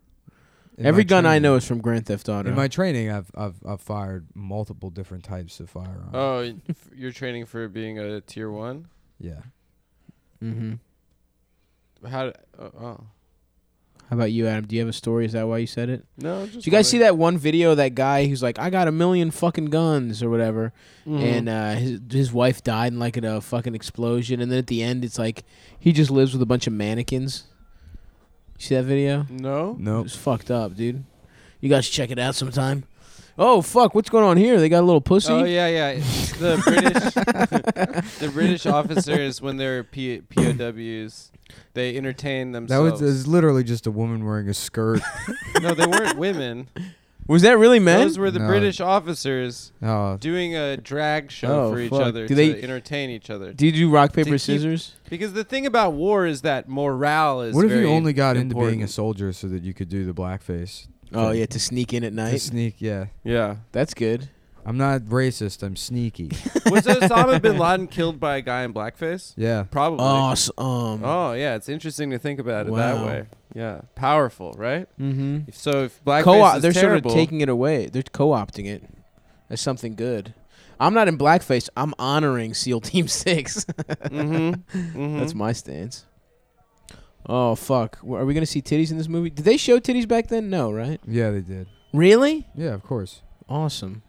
In
Every
my
gun I
training.
know is from Grand Theft Auto.
In my training, I've I've, I've fired multiple different types of firearms.
Oh, y- f- you're training for being a tier one.
yeah.
mm-hmm.
How? d- Uh, oh.
How about you, Adam? Do you have a story? Is that why you said it?
No. Just
Did you guys see that one video of that guy who's like, I got a million fucking guns or whatever,
Mm-hmm.
and uh, his his wife died in like in a fucking explosion, and then at the end it's like he just lives with a bunch of mannequins. You see that video?
no.
Nope.
It's fucked up, dude. You guys should check it out sometime. Oh fuck, what's going on here? They got a little pussy.
Oh yeah, yeah. The
*laughs*
British, the British officers when they're P- POWs, they entertain
That was,
themselves.
is literally just a woman wearing
*laughs*
a skirt.
no, they weren't women.
Was that really *laughs* men?
Those were the
No.
British officers
oh,
doing a drag show
Oh,
for each
fuck.
other
Do
to
they-
entertain each other.
Did you do rock
To
paper
keep-
scissors?
Because the thing about war is that morale is.
what if
very
you only got into
important.
being a soldier so that you could do the blackface?
Oh yeah, to sneak in at
To
night.
sneak, yeah.
Yeah.
That's good.
I'm not racist. I'm
*laughs*
sneaky.
*laughs*
Was Osama bin Laden killed by a guy in blackface?
yeah.
Probably.
Awesome.
Oh, yeah, it's interesting to think about it
Wow.
that way. Yeah, powerful, right?
Mm-hmm.
If- So if blackface
co-op.
is
They're
terrible,
sort of taking it away. They're co-opting it as something good. I'm not in blackface. I'm honoring SEAL *laughs* Team Six. *laughs*
Mm-hmm, mm-hmm.
That's my stance. Oh fuck! W- Are we gonna see titties in this movie? Did they show titties back then? No, right?
Yeah, they did.
Really?
Yeah, of course.
Awesome.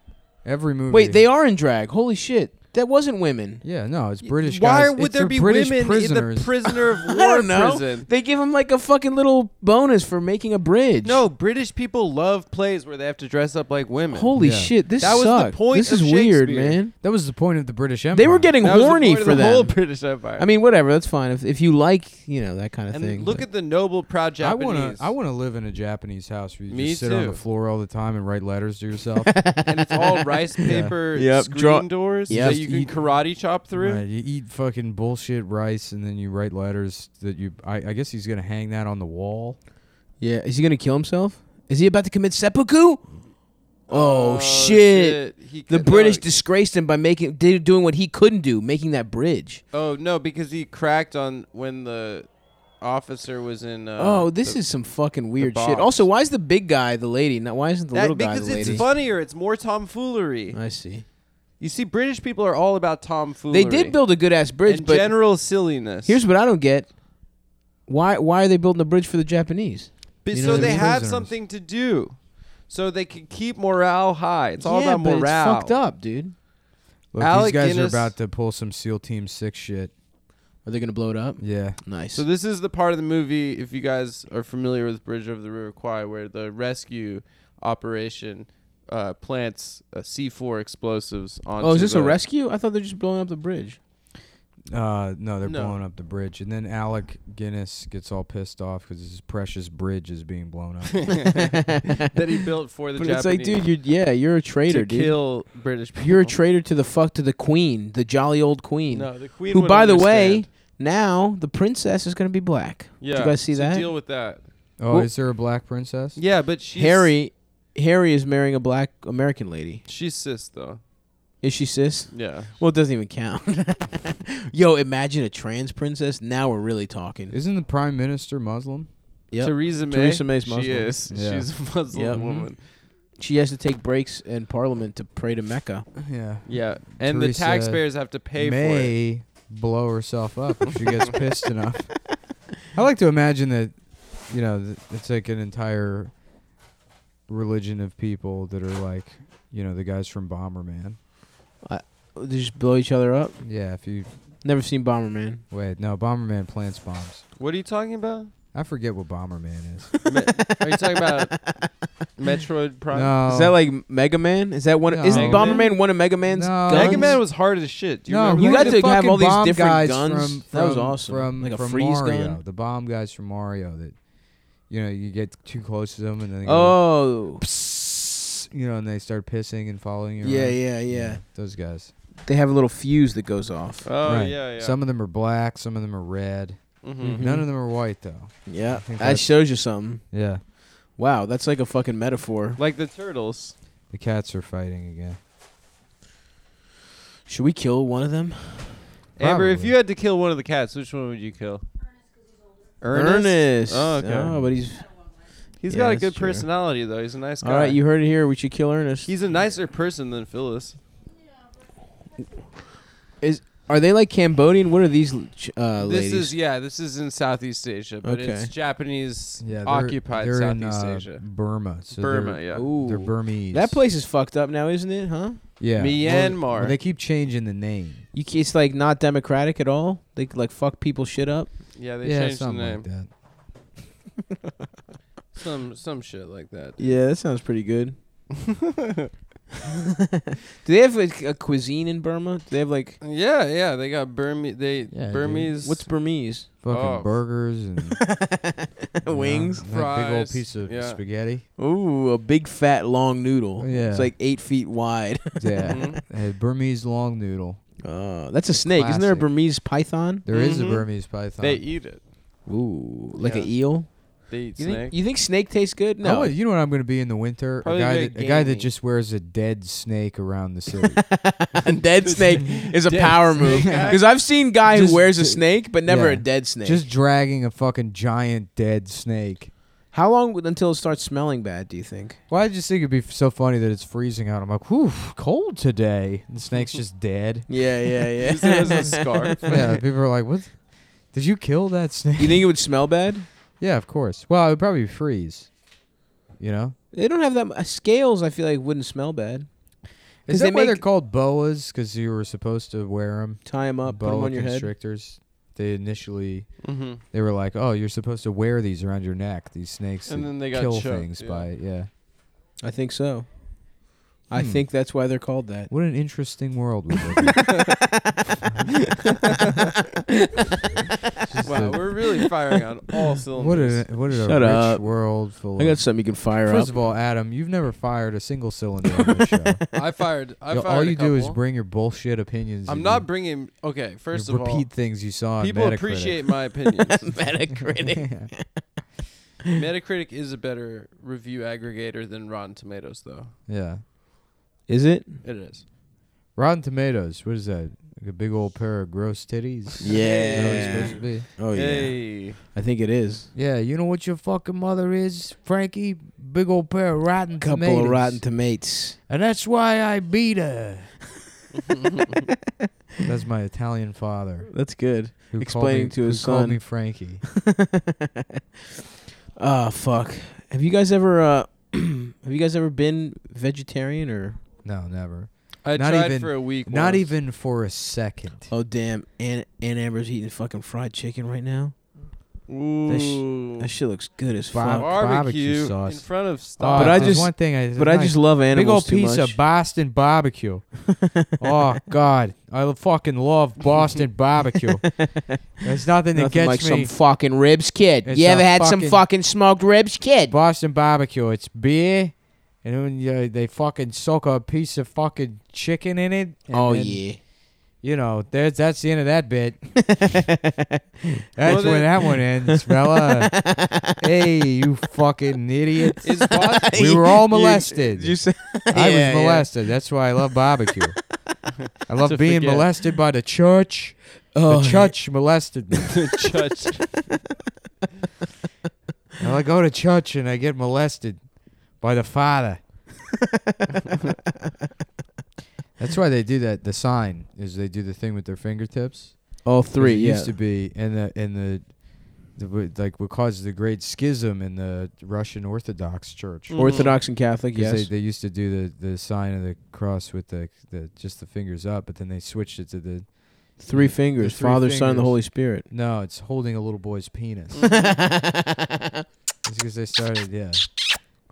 Every movie.
Wait, they are in drag. Holy shit! That wasn't women.
Yeah, no, it's British
Why
guys.
would
it's
there
the
be
British
women
prisoners?
in the prisoner of
*laughs* I
war
don't know.
prison?
They give him like a fucking little bonus for making a bridge.
No, British people love plays where they have to dress up like women.
Holy
Yeah.
shit, this
That was the
sucked.
point
This
of
is weird,
Shakespeare.
man.
that was the point of the British Empire.
They were getting
That was the
horny
point of
for
the whole
them.
British Empire.
I mean, whatever, that's fine. If if you like, you know, that kind of
and
thing.
look
but-
at the noble proud
I
Japanese.
to. I want to live in a Japanese house where you
Me
just sit on the
too.
floor all the time and write letters to yourself.
and
*laughs*
it's all rice paper
Yep,
screen
draw-
doors
Yep.
that you can
Eat-
karate chop *laughs* through.
Right, you eat fucking bullshit rice and then you write letters that you. I, I guess he's gonna hang that on the wall.
Yeah, is he gonna kill himself? Is he about to commit seppuku? Oh, shit.
shit. He
The
could-
British
no,
disgraced him by making di- doing what he couldn't do, making that bridge.
oh no, because he cracked on when the officer was in. Uh,
oh, this
the-
is some fucking weird shit.
box.
Also, why is the big guy the lady? Not why isn't the
that
little guy
because
the
it's
lady?
funnier. It's more tomfoolery.
I see.
You see, British people are all about tomfoolery.
They did build a good ass bridge,
and
but
general silliness.
here's what I don't get: why why are they building a bridge for the Japanese?
But
You know
so
what I
they
mean?
have
Prisoners.
something to do, so they can keep morale high. It's all
yeah,
about
but
morale.
It's fucked up, dude.
Look,
Alec
these guys
Guinness-
are about to pull some SEAL Team Six shit.
Are they gonna blow it up?
Yeah,
Nice.
So this is the part of the movie, if you guys are familiar with Bridge over the River Kwai, where the rescue operation uh, plants uh, C4 explosives onto.
oh, is this
the-
a rescue? I thought they're just blowing up the *laughs* bridge.
uh, no, they're
No.
blowing up the bridge, and then Alec Guinness gets all pissed off because his precious bridge is being blown
*laughs*
up.
that he built for
*laughs*
the
But it's
Japanese?
like, dude, you're yeah, you're a traitor,
to
dude.
kill British people.
You're a traitor to the fuck to the queen, the jolly old queen.
No, the queen.
who,
would
by the way,
understand.
now the princess is going to be black.
yeah,
Did you guys see
so
that?
Deal with that.
oh,
Well-
is there a black princess?
Yeah, but she's
Harry, Harry is marrying a black American lady.
She's cis though.
Is she cis?
Yeah.
Well, it doesn't even count. *laughs* Yo, imagine a trans princess. Now we're really talking.
Isn't the prime minister Muslim?
Yep.
Theresa May.
Theresa May's
She
Muslim.
is.
Yeah.
She's a Muslim
Yep. Mm-hmm.
woman.
She has to take breaks in Parliament to pray to Mecca.
Yeah.
Yeah, and
Theresa
the taxpayers have to pay for it.
May blow herself up if
*laughs*
she gets pissed enough. I like to imagine that, you know, th- it's like an entire religion of people that are like, you know, the guys from Bomberman.
They just blow each other up.
Yeah, if you
Never seen Bomberman.
wait, no, Bomberman plants bombs.
What are you
*laughs*
talking about?
I forget what Bomberman is.
Me- are you talking about Metroid Prime?
No,
Is that like Mega Man? Is that one?
No.
Isn't
Mega Man?
Bomberman one of Mega Man's
No.
guns?
Mega Man was hard as shit. Do you
no,
remember
You
who
that?
are
got
the
to have
fucking
all these
bomb
different
guys
guns.
From,
That was
from-
awesome.
From,
Like a
from
freeze
Mario,
gun?
the bomb guys from Mario that, you know, you get too close to them and then they go,
Oh,
you know, and they start pissing and following you.
yeah,
around.
yeah, yeah.
Those guys.
They have a little fuse that goes off.
Oh
Right.
yeah, yeah.
Some of them are black, some of them are red.
Mhm.
Mm-hmm.
None of them are white though.
Yeah,
think
that
that's-
shows you something.
Yeah.
Wow, that's like a fucking metaphor.
Like the turtles.
The cats are fighting again.
Should we kill one of them?
Amber, if
Probably.
you had to kill one of the cats, which one would you kill?
Ernest.
Oh, okay.
Oh, but he's
He's
Yeah,
got a
that's
good
true.
personality though. He's a nice guy.
all right. You heard it here. We should kill Ernest.
He's a nicer person than Phyllis.
Are they like Cambodian? What are these uh,
this
ladies?
is yeah. This is in Southeast Asia, but it's
Okay.
Japanese
Yeah, they're,
occupied
they're
Southeast
in, uh,
Asia.
Burma. So
Burma,
they're, oh,
yeah.
Ooh,
They're Burmese.
that place is fucked up now, isn't it? Huh?
Yeah.
Myanmar.
Well, well, they keep changing the name.
You, c- it's like not democratic at all. They like fuck people shit up.
yeah, they
yeah,
changed the
something
name.
like that.
Some some shit like that.
Yeah, that sounds pretty good. Do they have like, a cuisine in Burma? Do they have like
Yeah, yeah. They got Burmese. They
Yeah, dude.
Burmese.
what's Burmese?
Fucking
Oh.
burgers and you know,
Wings.
that big old
Fries,
piece of
yeah. *laughs*
spaghetti.
Uh, Ooh, a big fat long noodle.
Yeah.
It's like eight feet wide. *laughs*
*laughs* Yeah.
Mhm.
Uh, Burmese long noodle.
Oh, that's a snake. Isn't there a
Classic.
Burmese python?
There is
Mhm.
a Burmese python.
They eat it.
Ooh, like
Yeah.
an eel.
They eat
You
snake.
think, you think snake tastes good?
I
No. *laughs*
want- you know what I'm going to be in the winter?
Probably
a guy
very
that a guy that
gamey.
just wears a dead snake
*laughs*
around the city.
dead snake is a
Dead
power
snake
move.
act.
Because I've seen guy
Just-
who wears a snake, but never
yeah.
a dead snake.
just dragging a fucking giant dead snake.
How long would- until it starts smelling bad? Do you
*laughs*
think?
Well, I just think it'd be f- so funny that it's freezing out. I'm like, whew, cold today. And the snake's
*laughs*
just dead.
Yeah, yeah, yeah.
Use
*laughs*
it as a
*laughs*
scarf.
yeah, people are like, what? Did you kill that snake?
You think it would smell bad?
yeah, of course. Well, it would probably freeze. You know?
uh, They don't have that mu- scales. I feel like wouldn't smell bad.
Is
'Cause
that
they
why they're
make-
called boas? Because you were supposed to wear them.
Tie them up, put
boa
them on your head.
constrictors. They initially
Mm-hmm.
they were like, oh, you're supposed to wear these around your neck. These snakes
And
that
then they got
kill
choked,
things
yeah.
by yeah.
I think so. I
Hmm.
think that's why they're called *laughs* that.
What an interesting world
*laughs*
we live in.
Wow, we're really firing on all
*laughs* What
cylinders.
a what a
Shut
rich
up.
world full.
I got
of-
something you can fire
First
up.
of all, Adam, you've never fired a single cylinder on this show.
I fired. *laughs* I
Yo,
fired.
all
a
you do is
couple.
bring your bullshit opinions.
I'm
and
not
you-
bringing. Okay,
you
first of
repeat things you saw. on
people
Metacritic. *laughs*
appreciate my opinions.
Metacritic.
*laughs* Metacritic is a better review aggregator than Rotten Tomatoes, though.
yeah.
Is it?
It is.
Rotten Tomatoes. What is that? Like a big old pair of gross titties.
*laughs*
Is that what it's supposed to be?
Oh yeah.
Hey,
I think it is.
Yeah, you know what your fucking mother is, Frankie? Big old pair of rotten
Couple
tomatoes.
of rotten tomatoes.
and that's why I
*laughs*
beat her. that's my Italian father.
That's good. *laughs*
Who
Explaining
called me,
to his
who called
son.
me Frankie.
Ah, fuck. Have you guys ever uh *clears throat* have you guys ever been vegetarian or
No, never.
I
Not
tried
even-
for a week.
Not
once.
even for a second.
Oh damn, Ann Ann Amber's eating fucking fried chicken right now.
Ooh.
That shit looks good as fuck.
Bob-
barbecue
Barbecue sauce.
in front of
Oh,
stuff.
But I
there's
just-
one thing I
But I
my
just love
big
animals
old
too
piece
much.
of Boston
*laughs*
barbecue. oh God, I lo- fucking love Boston barbecue. There's nothing that
Nothing
gets
like
me.
some fucking ribs kid.
It's
you ever
a
had some
fucking-
fucking smoked ribs kid?
Boston barbecue. It's beer, and then you, they fucking soak a piece of fucking chicken in it. and
Oh
then,
yeah.
You know, there's that's the end of that bit.
Well,
*laughs* That's
then-
where that one
*laughs*
ends, fella. hey, you fucking idiot.
Is Bos-
We were
*laughs*
all
You-
molested.
You,
*laughs*
said Yeah,
I
yeah.
was molested. That's why I love barbecue. I love
To
being
forget.
molested by the church.
oh,
the church molested me. *laughs*
Judge.
And I go to church and I get molested by the father. That's why they do that. The sign is they do the thing with their fingertips. 'Cause
All three.
It
Yeah.
used to be, and the and the, the w- like what caused the great schism in the Russian Orthodox Church.
Mm.
Orthodox and Catholic.
'Cause
Yes.
They, they used to do the, the sign of the cross with the, the just the fingers up, but then they switched it to the
Three
the
fingers.
three
Father, Son, and the
fingers.
Holy
*laughs*
Spirit.
No, it's holding a little boy's penis.
Mm.
It's because they started, yeah.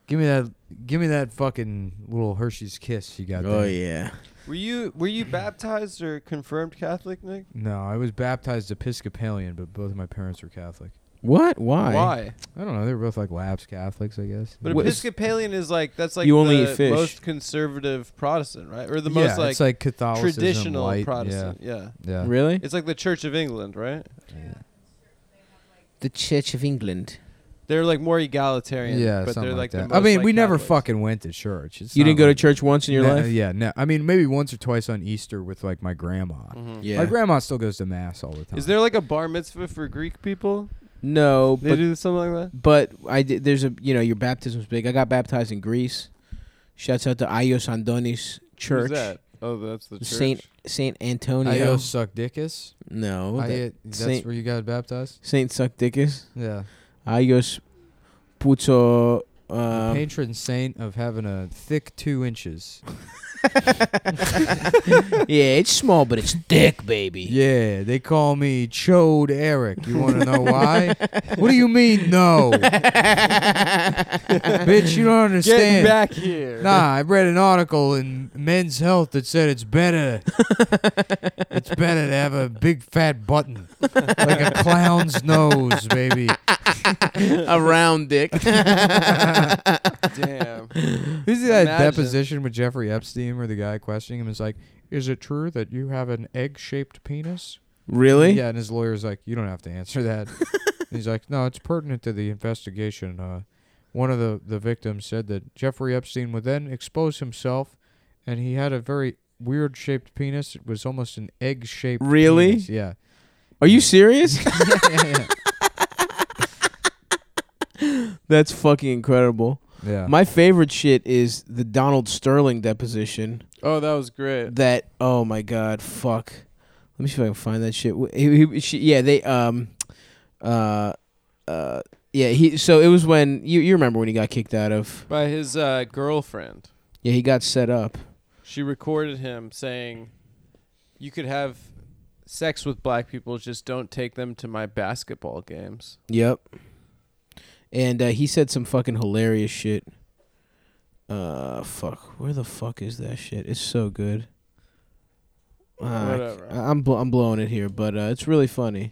Give me that, give me that fucking little Hershey's kiss you got
oh
there.
yeah.
Were you were you baptized or confirmed Catholic, Nick?
No, I was baptized Episcopalian, but both of my parents were Catholic.
What? Why?
Why?
I don't know. They were both like lapsed Catholics, I guess.
But
What is-
Episcopalian is like that's like
You only
the
eat fish.
most conservative Protestant, right? Or the
yeah,
most like,
it's like Catholicism,
traditional
light,
Protestant. Yeah.
Yeah, yeah.
Really?
It's like the Church of England, right?
the Church of England.
They're like more egalitarian.
yeah,
but
something
they're like,
like that.
the most
I mean,
like
we never
Catholics.
fucking went to church. It's
You
not
didn't go to
like-
church once in your
No,
life.
Yeah, no. I mean, maybe once or twice on Easter with like my grandma.
Mhm.
Yeah.
My grandma still goes to mass all the time.
Is there like a bar mitzvah for Greek people?
no,
They
but
do something like that.
but I did, there's a you know your baptism's big. I got baptized in Greece. Shouts out to Ios Andonis
Who's
Church.
that? Oh, that's the church.
Saint Saint Antonio.
um,
I suck dickus.
No. that-
I, that's
Saint-
where you got baptized.
Saint Suckdickus.
Yeah,
Ios Puto.
the
Um,
patron saint of having a thick two inches.
*laughs*
yeah, it's small, but it's thick, baby.
Yeah, they call me Chode Eric. You want to
*laughs*
know why? what do you
*laughs*
mean no? Bitch, you don't
Get
understand.
back here.
Nah, I read an article in Men's Health that said it's better. it's better to have a big fat button, like a clown's nose, baby.
A round dick.
Damn.
Who's that
Imagine.
deposition with Jeffrey Epstein where the guy questioning him is like, "Is it true that you have an egg-shaped penis?"
really?
Yeah, and his lawyer's like, "You don't have to answer that." And he's like, "No, it's pertinent to the investigation." Uh, one of the the victims said that Jeffrey Epstein would then expose himself, and he had a very weird shaped penis. It was almost an egg shaped.
Really?
Yeah. *laughs*
Are you serious? *laughs*
yeah.
That's fucking incredible.
Yeah.
My favorite shit is the Donald Sterling deposition.
Oh, that was great.
That oh my god, fuck. Let me see if I can find that shit. Wh- He, he, she, yeah, they um, uh, uh, yeah. He so it was when you you remember when he got kicked out of.
By his uh, girlfriend.
Yeah, he got set up.
She recorded him saying, "You could have sex with black people, just don't take them to my basketball games."
Yep. And uh, he said some fucking hilarious shit. Uh, fuck. Where the fuck is that shit? It's so good. Uh, I c-
Whatever.
I- I'm bl- I'm blowing it here, but uh, it's really funny.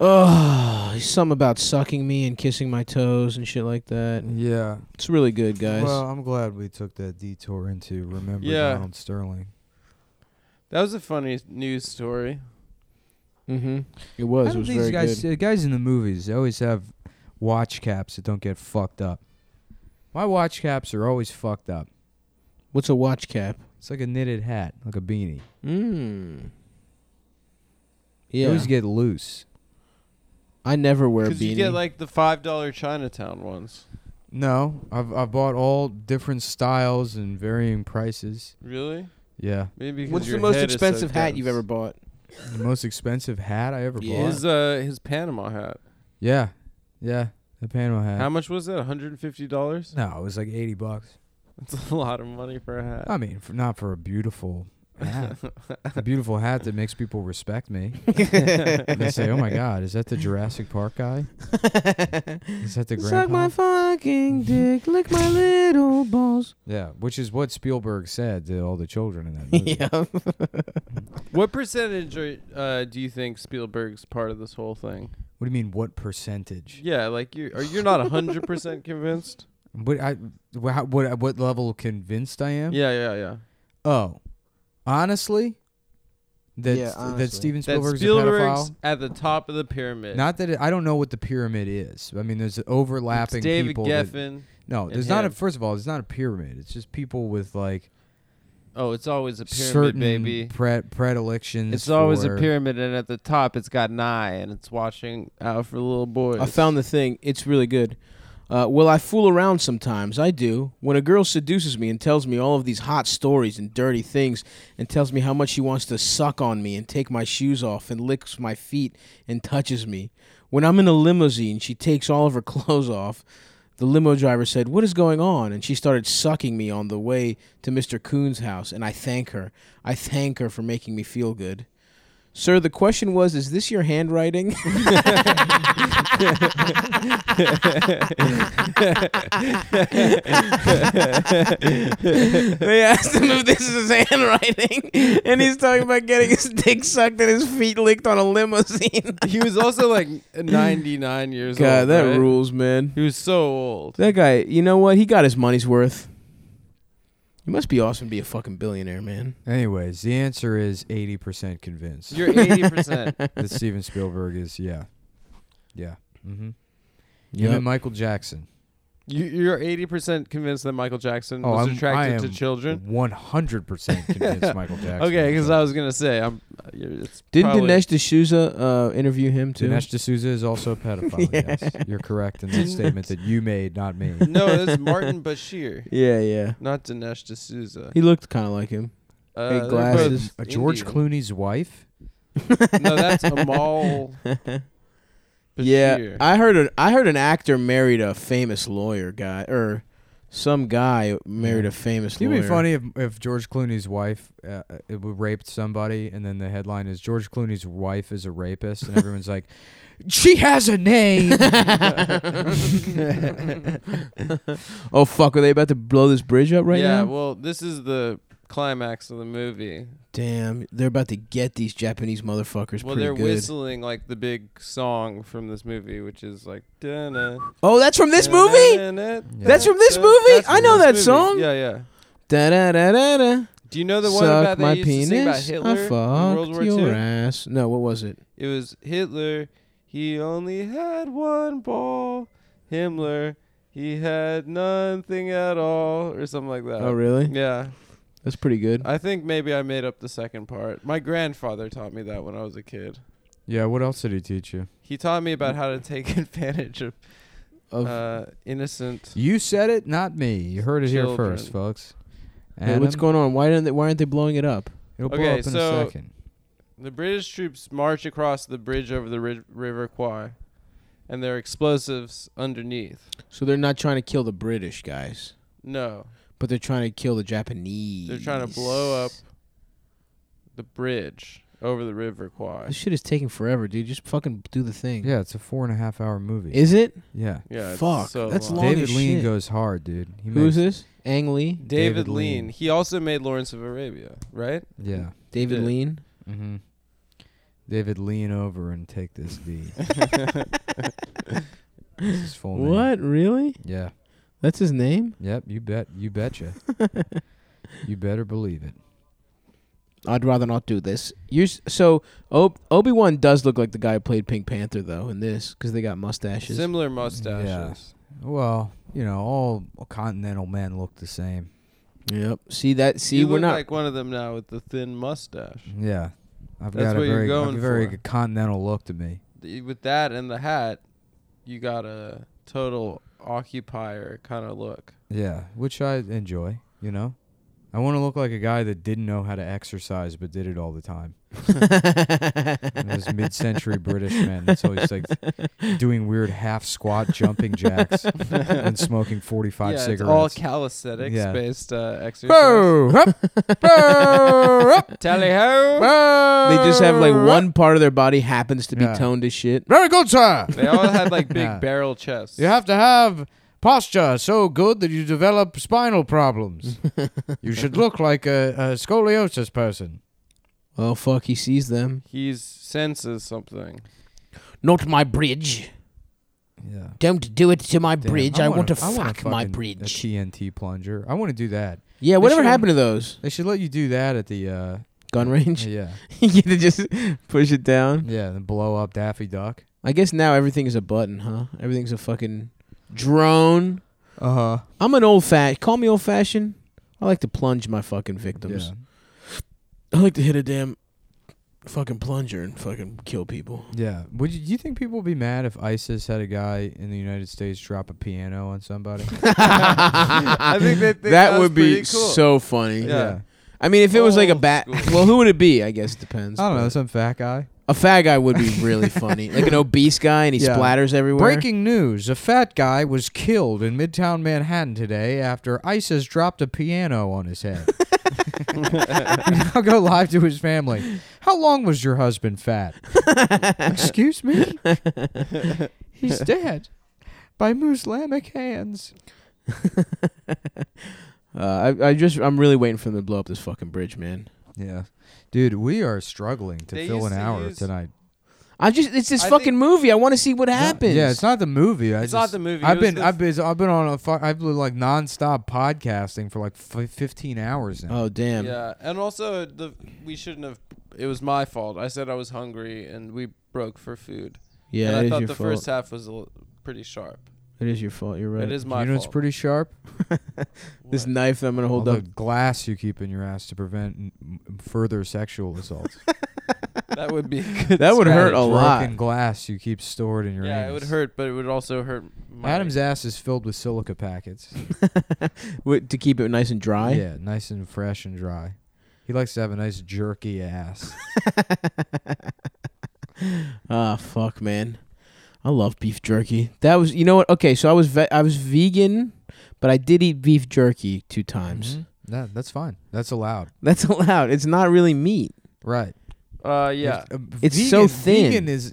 Oh, some about sucking me and kissing my toes and shit like that.
Yeah.
It's really good, guys.
Well, I'm glad we took that detour into remember
Yeah.
Donald Sterling.
That was a funny news story.
mm-hmm. It was.
I
It
don't
was
think these
very
guys,
good.
uh, guys in the movies, they always have watch caps that don't get fucked up. My watch caps are always fucked up.
What's a watch cap?
It's like a knitted hat, like a beanie.
Mm.
They
Yeah.
always get loose.
I never wear a
Because
beanie.
you get like the five dollar Chinatown ones.
No, I've I've bought all different styles and varying prices.
Really?
Yeah,
Maybe. because
What's the
your
most
head is so
expensive hat you've
dense.
ever bought?
the most expensive hat I ever
Yeah.
bought.
His uh his Panama hat.
Yeah, yeah, the Panama hat.
How much was that? One hundred and fifty
*laughs*
dollars.
No, it was like eighty bucks.
That's a lot of money for a hat.
I mean, for, not for a beautiful hat. a beautiful hat that makes people respect me. And they say, "Oh my God, is that the Jurassic Park guy? Is that
*laughs*
the
Suck my
grandpa?"
fucking dick, lick my little balls.
yeah, which is what Spielberg said to all the children in that movie.
What percentage are, uh, do you think Spielberg's part of this whole thing?
What do you mean? What percentage?
Yeah, like you are you're not hundred
*laughs*
percent convinced.
What I wha- how- what what level convinced I am?
Yeah, yeah, yeah.
Oh, honestly, that
Yeah,
that
honestly.
Steven
That
Spielberg's,
Spielberg's
a pedophile.
at the top of the pyramid.
Not that it, I don't know what the pyramid is. I mean, there's
It's
overlapping
David
people. that-
Geffen.
no,
and
there's not a.
him.
First of all, it's not a pyramid. It's just people with like
oh, it's always a pyramid,
certain
baby.
pre- predilections.
It's always a
for-
pyramid, and at the top, it's got an eye, and it's watching out for little boys.
I found the thing. It's really good. Uh, well, I fool around sometimes. I do. When a girl seduces me and tells me all of these hot stories and dirty things and tells me how much she wants to suck on me and take my shoes off and licks my feet and touches me. When I'm in a limousine, she takes all of her *laughs* clothes off. The limo driver said, What is going on? And she started sucking me on the way to Mr. Coon's house, and I thank her. I thank her for making me feel good. Sir, the question was, is this your handwriting? *laughs* they asked him if this is his handwriting, and he's talking about getting his dick sucked and his feet licked on a limousine.
he was also like 99 years
God,
old.
that
right?
rules, man.
He was so old.
That guy, you know what? He got his money's worth. It must be awesome to be a fucking billionaire, man.
Anyways, the answer is eighty percent convinced
You're 80
*laughs*
percent.
*laughs* that Steven Spielberg is yeah, yeah. Mm-hmm.
Yep.
Even Michael Jackson.
You, you're 80 percent convinced that Michael Jackson
Oh,
was
I'm,
attracted to children.
One hundred
*laughs*
percent convinced Michael Jackson. uh,
Okay,
was
because
a-
I was gonna say I'm. You're, it's
Didn't
probably-
Dinesh D'Souza uh, interview him too?
Dinesh D'Souza is also
*laughs*
a pedophile.
Yeah.
Yes, you're correct in that statement that you made, not me.
*laughs*
No, that's Martin Bashir,
Yeah, yeah.
not Dinesh D'Souza.
He looked kind of like him.
Uh,
Big
they're
glasses.
both
Uh, George
Indian.
Clooney's wife.
*laughs* No, that's Amal.
*laughs* Yeah,
Bashir.
I heard. A, I heard an actor married a famous lawyer guy, or some guy married a famous
It'd
lawyer.
be funny *laughs* if, if George Clooney's wife uh, uh, raped somebody, and then the headline is George Clooney's wife is a rapist, and everyone's
*laughs*
like, "She has a name."
*laughs* oh fuck! Are they about to blow this bridge up right
yeah,
now?
well, this is the climax of the movie.
Damn, they're about to get these Japanese motherfuckers
well,
pretty
they're
good.
whistling like the big song from this movie, which is like. "Dunna,
oh, that's from this movie.
dunna,
That's from this
dunna."
movie?
That's
I
from
know
this
that
movie.
song.
Yeah, yeah.
Da da da da da.
Do you know the one
Suck
about
my
they used to
penis.
sing about
I
Hitler in
fucked
World War
your
II?
ass. No, what was it?
It was Hitler. He only had one ball. Himmler. He had nothing at all, or something like that.
oh, really?
Uh, Yeah,
That's pretty good.
I think maybe I made up the second part. My grandfather taught me that when I was a kid.
*laughs* yeah. What else did he teach you?
He taught me about how to take *laughs* advantage of
Of-
uh, innocent.
You said it, not me. You heard it here first,
Children.
folks.
Hey, what's
Adam,
going on? Why didn't they, Why aren't they blowing it up?
It'll blow
Okay,
up in a
so-
second.
The British troops march across the bridge over the ri- River Kwai, and there are explosives underneath.
So they're not trying to kill the British guys,
No,
But they're trying to kill the Japanese.
They're trying to blow up the bridge over the River Kwai.
This shit is taking forever, dude. Just fucking do the thing.
Yeah, it's a four and a half hour movie.
Is it?
yeah.
Yeah, it's
Fuck,
so
that's
long.
long
David
as
Lean
shit.
goes hard, dude. He
Who's
makes-
this? Ang Lee?
David,
David
Lean.
Lean.
He also made Lawrence of Arabia, right?
Yeah.
David
Yeah.
Lean?
Mm-hmm. David, lean over and take
*laughs*
this D. That's his full name.
What? Really?
Yeah.
That's his name?
Yep. You bet. You betcha. you better believe it.
I'd rather not do this. You're s- so Ob- Obi Wan does look like the guy who played Pink Panther though in this because they got mustaches.
Similar mustaches.
Well, you know, all continental men look the same.
yep. See that? See
you
we're *laughs*
look
not.
like one of them now with the thin mustache.
Yeah. I've
That's
got a
what you're
very, I've
going
a very
for.
continental look to me.
The- With that and the hat, you got a total occupier kind of look.
Yeah, which I enjoy. You know, I want to look like a guy that didn't know how to exercise but did it all the time. And Those mid-century British men that's
*laughs*
always like doing weird half squat
*laughs*
jumping jacks and smoking forty-five
yeah, it's all
cigarettes.
calisthenics
Yeah.
based uh, exercise.
Bow, hup, bow,
*laughs*
hup,
Tally ho!
bow,
they just have like
hup. *laughs*
one part of their body happens to be
Yeah.
toned as shit.
Very good, sir.
They all had like big
Yeah.
barrel chests.
You have to have posture so good that you develop spinal *laughs* problems. you should look like a, a scoliosis person.
Well, fuck, he sees them.
He senses something.
Not my bridge.
Yeah.
Don't do it to my
Damn,
bridge. I, want to
I wanna
fuck my
fucking- A
bridge.
TNT plunger. I want to do that.
Yeah,
They
whatever
should-
happened to those
They should let you do that at
*laughs*
the uh
gun range?
yeah.
you get to just push it down.
Yeah, and blow up Daffy Duck.
I guess now everything is a button, huh? Everything's a fucking drone.
Uh-huh.
I'm an old fat. Call me old fashioned. I like to plunge my fucking victims.
Yeah.
I like to hit a damn fucking plunger and fucking kill people.
yeah. Would you, do you think people would be mad if ISIS had a guy in the United States drop a piano
*laughs*
on somebody?
I think they think
that,
that's
would be
pretty cool.
so funny.
Yeah.
I mean, if it was like a
Old
bat,
school.
well, who would it be? I guess it depends.
I don't know,
but-
some fat guy.
A fat guy would be really
*laughs*
funny, like an obese guy, and he
Yeah.
splatters everywhere. *laughs*
Breaking news: A fat guy was killed in Midtown Manhattan today after ISIS dropped a piano on
*laughs*
his head. I'll go live to his family. How long was your husband fat?
*laughs*
Excuse me. *laughs* He's dead by Muslimic hands.
Uh, I, I just, I'm really waiting for them to blow up this fucking bridge, man.
Yeah, dude, we are struggling to
They
fill
used
an
to
hour
use-
tonight.
I just, it's this
I
fucking
think-
movie. I want to see what happens.
Yeah, it's not the movie. I
It's not
just-
the movie.
I've
It was
been,
the-
I've been, I've been on a, fu- I've been like nonstop podcasting for like f- fifteen hours now.
Oh damn.
Yeah, and also the we shouldn't have. It was my fault. I said I was hungry, and we broke for food.
Yeah,
and
it
I
is
thought
your
the
fault.
first half was a l- pretty sharp.
it is your fault. You're right.
It is my
you know, it's
fault.
pretty sharp.
This knife that I'm gonna
All
hold
the
up.
glass you keep in your ass to prevent m- m- further sexual
*laughs*
assaults.
that would be a good.
That would hurt
strategy.
a lot.
Broken glass you keep stored in your
Yeah,
anus.
it would hurt, but it would also hurt. My
Adam's ass is filled with silica packets.
Wait, to keep it nice and dry.
Yeah, nice and fresh and dry. He likes to have a nice jerky ass.
*laughs* Ah, fuck, man. I love beef jerky. That was, you know what? Okay, so I was ve- I was vegan, but I did eat beef jerky two times.
Mhm.
Mm-hmm.
No, that's fine. That's allowed.
*laughs* That's allowed. It's not really meat.
Right.
Uh, yeah.
There's- uh,
It's so thin.
Vegan is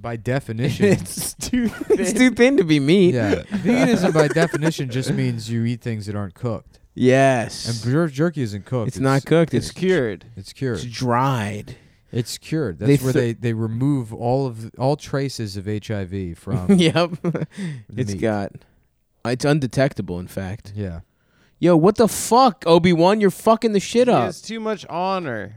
*laughs*
by definition.
it's too thin. it's too thin to be meat.
yeah. Veganism by definition just means you eat things that aren't cooked.
Yes.
And jer- jerky isn't cooked.
it's, not cooked. It's,
It's cured.
It's cured.
it's dried.
It's cured. That's
They
where
th-
they, they remove all of the- all traces of
*laughs*
HIV from.
yep.
Um, the
It's
meat.
got. It's undetectable, in fact.
yeah.
Yo, what the fuck, Obi Wan? You're fucking the shit
He
up.
has too much honor.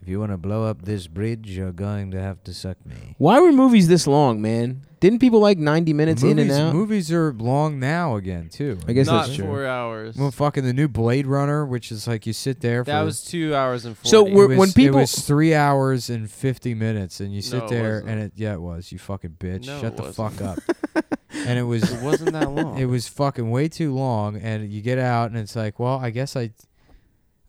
If you want to blow up this bridge, you're going to have to suck me.
Why were movies this long, man? Didn't people like 90 minutes
movies,
in and out?
movies are long now again too.
I guess
Not
that's true.
four hours.
Well, fucking the new Blade Runner, which is like you sit there.
that
for,
was two hours and. 40.
So
it
we're-
was-
when people-
it was three hours and fifty minutes, and you sit
No, it
there
wasn't.
and it yeah it was you fucking bitch
No,
shut
it
the
wasn't.
fuck up,
*laughs*
and it was
It wasn't that long.
it was fucking way too long and you get out and it's like well i guess i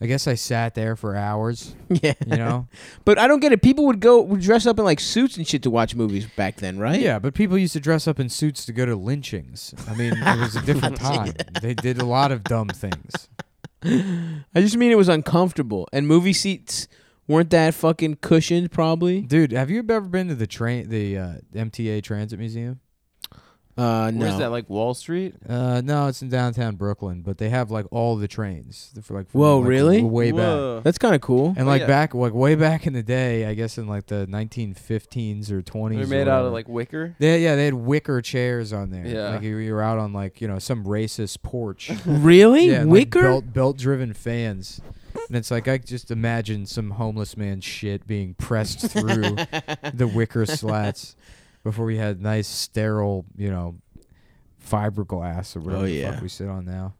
I guess I sat there for hours.
*laughs* yeah.
You *laughs* know.
But I don't get it. People would go would dress up in like suits and shit to watch movies back then, right?
Yeah, but people used to dress up in suits to go to lynchings. I mean, it was a *laughs* different time. They did a lot of dumb things.
I just mean it was uncomfortable, and movie seats weren't that fucking cushioned, probably.
Dude, have you ever been to the train, the uh, MTA Transit Museum?
Uh, no.
Where's that like Wall Street?
Uh, no, it's in downtown Brooklyn, but they have like all the trains. They're For, like, from,
Whoa,
like,
really?
Way
Whoa.
That's kind of cool.
*laughs* back. And
Oh,
like
yeah.
back, like way back in the day, I guess in like the 1915s or 20s.
They're made
or
out
whatever.
of like wicker.
They, yeah, they had wicker chairs on there.
Yeah.
like you, you were out on like you know some racist *laughs* porch.
really?
yeah, and, like,
Wicker?
belt belt driven fans, and it's like I just imagine some homeless man shit being
*laughs*
pressed through the wicker slats before we had nice sterile you know fiberglass or whatever
Oh,
the
yeah.
fuck we sit on now.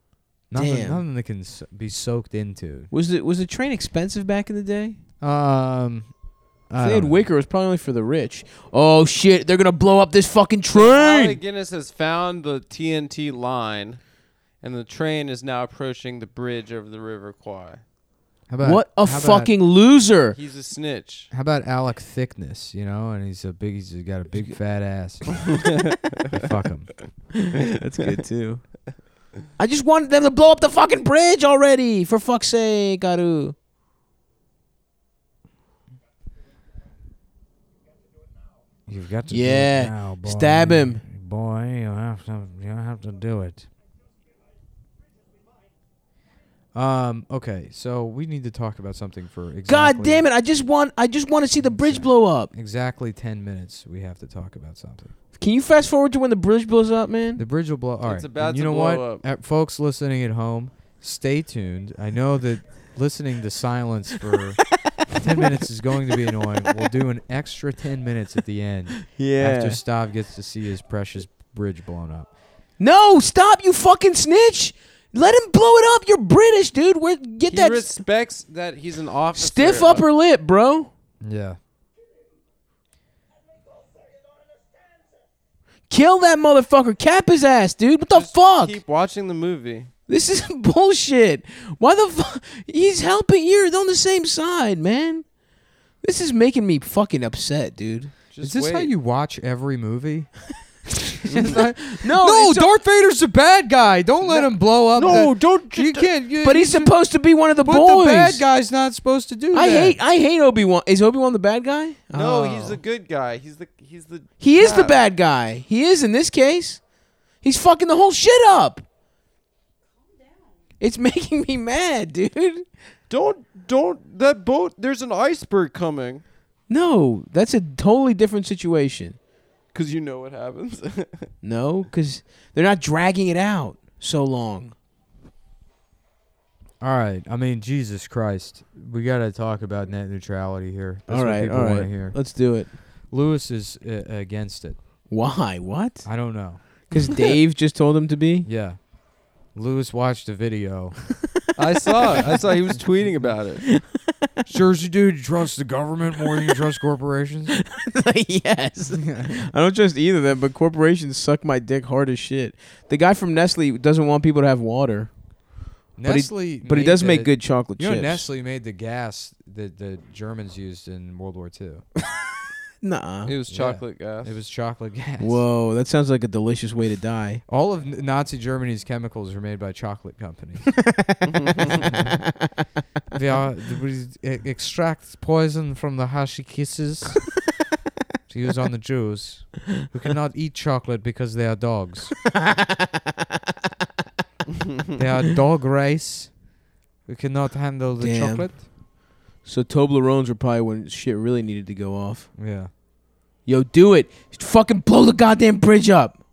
Nothing,
Damn.
nothing that can s- be soaked into.
was the was the train expensive back in the day?
Um,
If they
I don't
had
know.
wicker. It was probably only for the rich. Oh shit! They're gonna blow up this fucking
Alec
train.
Guinness has found the TNT line, and the train is now approaching the bridge over the River Kwai.
How about,
What a
how about-
fucking loser!
He's a snitch.
How about Alec Thickness? You know, and he's a big. He's got a big
*laughs*
fat ass. Fuck him.
That's good too. I just wanted them to blow up the fucking bridge already. For fuck's sake, Garu.
You've got to.
Yeah,
Do it now, boy.
stab him.
boy. You have to. You have to do it. Um. Okay. So we need to talk about something for exactly.
God damn it! I just want I just want to see the bridge blow up.
Exactly ten minutes. We have to talk about something.
Can you fast forward to when the bridge blows up, man?
The bridge will blow. All right.
It's about
and
to
you know
blow
what,
up.
Uh, folks listening at home, stay tuned. I know that listening to silence
*laughs*
for ten minutes is going to be annoying. We'll do an extra ten minutes at the end after Stav gets to see his precious bridge blown up.
No, stop, you fucking snitch! Let him blow it up. You're British, dude. Where get
He
that s-
respects that he's an officer.
stiff
but-
upper lip, bro?
Yeah.
Kill that motherfucker. Cap his ass, dude. What the
Just
fuck?
Keep watching the movie.
This is *laughs* bullshit. Why the fuck? He's helping. You're on the same side, man. This is making me fucking upset, dude.
Just
is this how
wait.
you watch
*laughs*
every movie?
No,
no,
it's a-
Darth Vader's a bad guy. Don't let him blow up.
No,
the-
don't.
you can't. You,
But
you
he's
should-
supposed to be one of the
But
boys.
the bad guy's not supposed to do
I
that.
hate. I hate Obi Wan. Is Obi Wan the bad guy? Oh.
No, he's the good guy. He's the he's the
He is the
Yeah.
bad guy. He is in this case. He's fucking the whole shit up. It's *laughs* making me mad, dude.
Don't don't that boat there's an iceberg coming.
No, that's a totally different situation.
Cause you know what happens.
No, because they're not dragging it out so long.
All right. I mean, Jesus Christ. We got to talk about net neutrality here. That's
all
what
right,
people
all
wanna
right.
hear.
Let's do it.
Lewis is uh, against it.
Why? *laughs* What?
I don't know.
Because Dave just told him to
*laughs*
be.
Yeah. Lewis watched a
*laughs*
video.
I saw it. I saw he was tweeting about it.
Jersey dude, you trust the government more than you
*laughs*
trust corporations?
yes. *laughs* I don't trust either of them, but corporations suck my dick hard as shit. The guy from Nestle doesn't want people to have water, he-
Nestle.
but he
made
does make
the-
good chocolate
You know,
chips.
Nestle made the gas that the Germans used in World War II.
Nah.
It was
Yeah.
chocolate gas.
It was chocolate gas.
Whoa, that sounds like a delicious way to die.
All of N- Nazi Germany's chemicals were made by chocolate companies. *laughs* they are we e-, extract poison from the
*laughs*
Hashi kisses to use on the Jews who cannot eat chocolate because they
*laughs*
are dogs. they are dog race who cannot handle the
Damn.
chocolate.
So Toblerones were probably when shit really needed to go off.
Yeah.
Yo, do it. Just fucking blow the goddamn bridge up.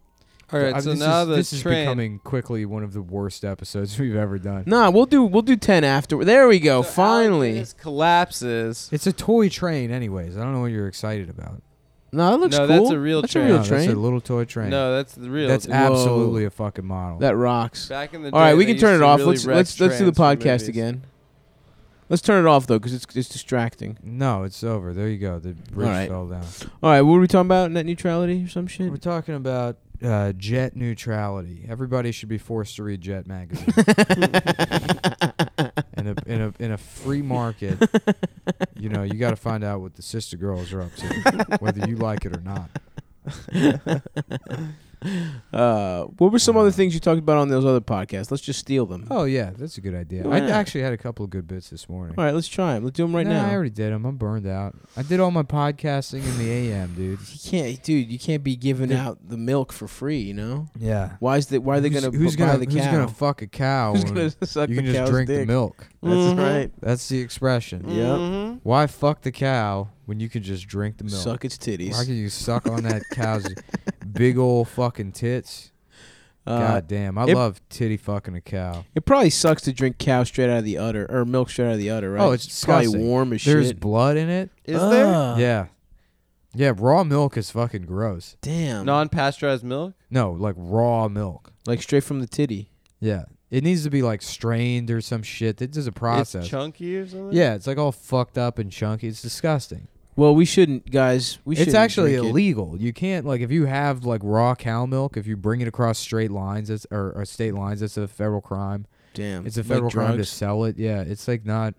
All right,
I-
so
this
now
is,
the
this
train
is becoming quickly one of the worst episodes *laughs* we've ever done.
Nah, we'll do we'll do ten after. There we go.
So
Oh, finally.
Alec Guinness collapses.
It's a toy train, anyways. I don't know what you're excited about.
No, that looks
No,
cool.
that's a real
That's
train.
a real
No,
train.
That's a little toy train.
No, that's the real.
That's
dude.
absolutely a fucking model.
that rocks.
Back in the day.
All right, we
they
can turn
used
it
to
off.
really
let's
wreck
let's let's do the
trains for
podcast
movies.
again. Let's turn it off though, because it's it's distracting.
no, it's over. There you go. The bridge
All right.
fell down.
All right, what were we talking about? Net neutrality or some shit?
*laughs* We're talking about uh, jet
*laughs*
neutrality. Everybody should be forced to read Jet magazine. and a in a in a free market, you know, you got to find out what the sister girls are up to, whether you like it or not.
Uh, what were some other things you talked about on those other podcasts? Let's just steal them.
Oh yeah, that's a good idea. I
Yeah.
actually had a couple of good bits this morning.
All right, let's try them. Let's do them right
Nah,
now.
I already did them. I'm burned out. I did all my podcasting in the AM, dude.
you can't, dude. You can't be giving
Dude.
out the milk for free. You know
Yeah.
why is that? Why are they
Who's-
gonna?
who's
b-
gonna
buy the
who's
cow?
gonna fuck a
*laughs*
cow?
Who's
when
gonna suck
you
the
can just
cow's
drink the
dick? Mm.
milk. Mm-hmm.
That's
Mhm.
right.
That's the expression.
Yep.
Mhm.
Why fuck the cow when you can just drink the milk?
Suck its titties.
Why can you suck
*laughs*
on that cow's big old fucking tits?
Uh,
God damn, I
it-
love titty fucking a cow.
It probably sucks to drink cow straight out of the udder or milk straight out of the udder, right?
Oh, it's
probably
disgusting.
warm as
There's
shit. Uh.
blood in it.
Is there
Ugh,
yeah, yeah. Raw milk is fucking gross.
Damn.
non-pasteurized milk?
No, like raw milk.
like straight from the titty.
Yeah, it needs to be like strained or some shit. It's just a process.
It's chunky or something.
yeah, it's like all fucked up and chunky. It's disgusting.
Well, we shouldn't, guys. We should.
it's actually
drink it.
illegal. You can't like if you have like raw cow milk. If you bring it across straight lines, that's or, or state lines, that's a federal crime.
Damn.
It's a
Like
federal crime to
drugs?
sell it. Yeah, it's like not.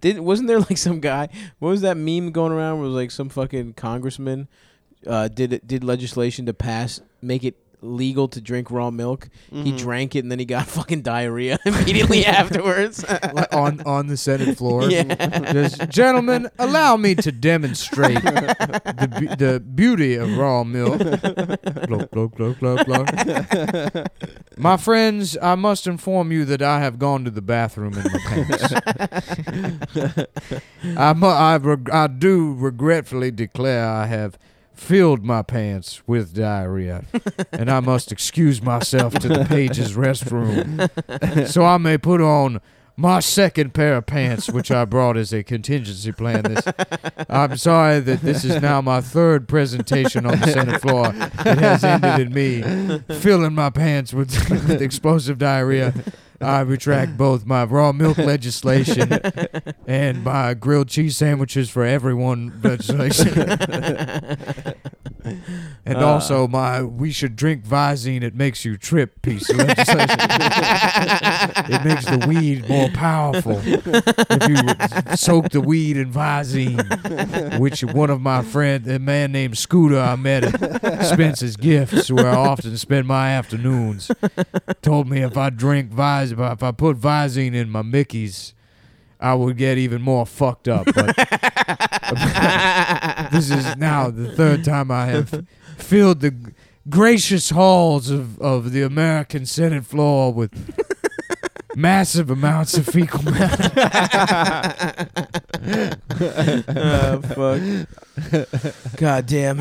Didn't wasn't there *laughs* like some guy? What was that meme going around? Where it was like some fucking congressman uh, did it, did legislation to pass make it legal to drink raw milk. He
Mm-hmm.
Mhm.
drank it and then he got *laughs* fucking diarrhea immediately
*laughs*
afterwards. *laughs*
like, on on the Senate floor.
Yeah.
*laughs* Just, gentlemen, allow me to demonstrate the, be- the
*laughs*
beauty of raw milk. Glug, glug, glug, glug, glug. My friends, I must inform you that I have gone to the bathroom in my pants. I, mu- I, reg- I do regretfully declare I have filled my pants with diarrhea, and I must excuse myself to the pages restroom so I may put on my second pair of pants, which I brought as a contingency plan. This I'm sorry that this is now my third presentation on the Senate floor. It has ended in
*laughs*
me filling my pants with, *laughs* with explosive diarrhea. I retract both my raw milk legislation and my grilled cheese sandwiches for everyone
*laughs*
legislation, and
Uh.
also my we should drink Visine. It makes you trip piece of legislation. it makes the weed more powerful if you soak the
*laughs*
weed in Visine, which one of my friend, a man named Scooter I met at Spencer's Gifts, where I often spend my afternoons, told me if I drink Visine, if I put Visine in my Mickey's, I would get even more fucked up.
*laughs*
But this is now the third time I have filled the g- gracious halls of, of the American Senate floor with massive amounts of *laughs* fecal matter.
Oh, fuck. God damn.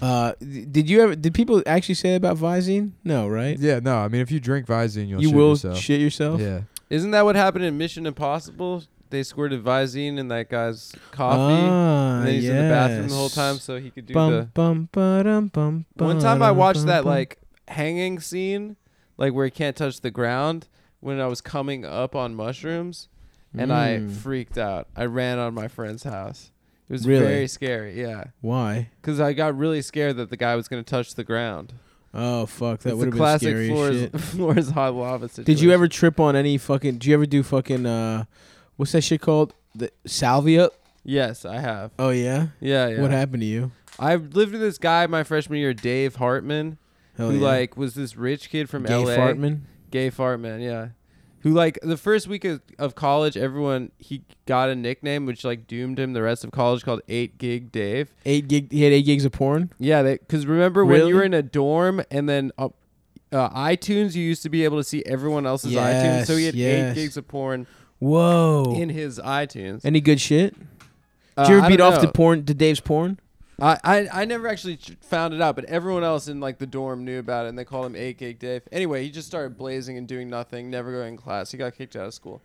Uh, d- did you ever? Did people actually say that about Visine? No, right?
Yeah, no, I mean, if you drink Visine, you'll
you will shit yourself.
Yeah.
Isn't that what happened in Mission Impossible? They squirted Visine in that guy's coffee,
Ah,
and then he's in the bathroom the whole
yes.
time, so he could do the.
Bum, bum, ba-dum, bum,
One time I watched
ba-dum,
that
bum.
like hanging scene, like where he can't touch the ground when I was coming up on mushrooms and I
Mm.
freaked out. I ran out of my friend's house. It was
Really?
very scary, yeah.
Why?
Cuz I got really scared that the guy was going to touch the ground.
Oh fuck,
It's
that
the
would have been
classic
scary. as
floors *laughs*
shit.
floors hot lava situation.
Did you ever trip on any fucking? Did you ever do fucking? uh What's that shit called? The salvia.
Yes, I have.
Oh yeah.
Yeah, yeah.
What happened to you?
I lived with this guy my freshman year, Dave Hartman,
Hell
who
Oh, yeah.
like was this rich kid from
Gay
LA.
Fartman?
gay fart man yeah who like the first week of, of college everyone he got a nickname which like doomed him the rest of college called eight gig dave
Eight gig. He had eight gigs of porn.
yeah because remember when you were
Really?
in a dorm and then uh, uh, itunes you used to be able to see everyone else's itunes so he
Yes,
had
yes.
eight gigs of porn
Whoa.
in his itunes
any good shit?
Uh,
did you
I
ever beat
don't
off to
know.
porn to Dave's porn?
I, I, I never actually ch- found it out but everyone else in like the dorm knew about it and they called him eight gig dave anyway he just started blazing and doing nothing never going to class he got kicked out of school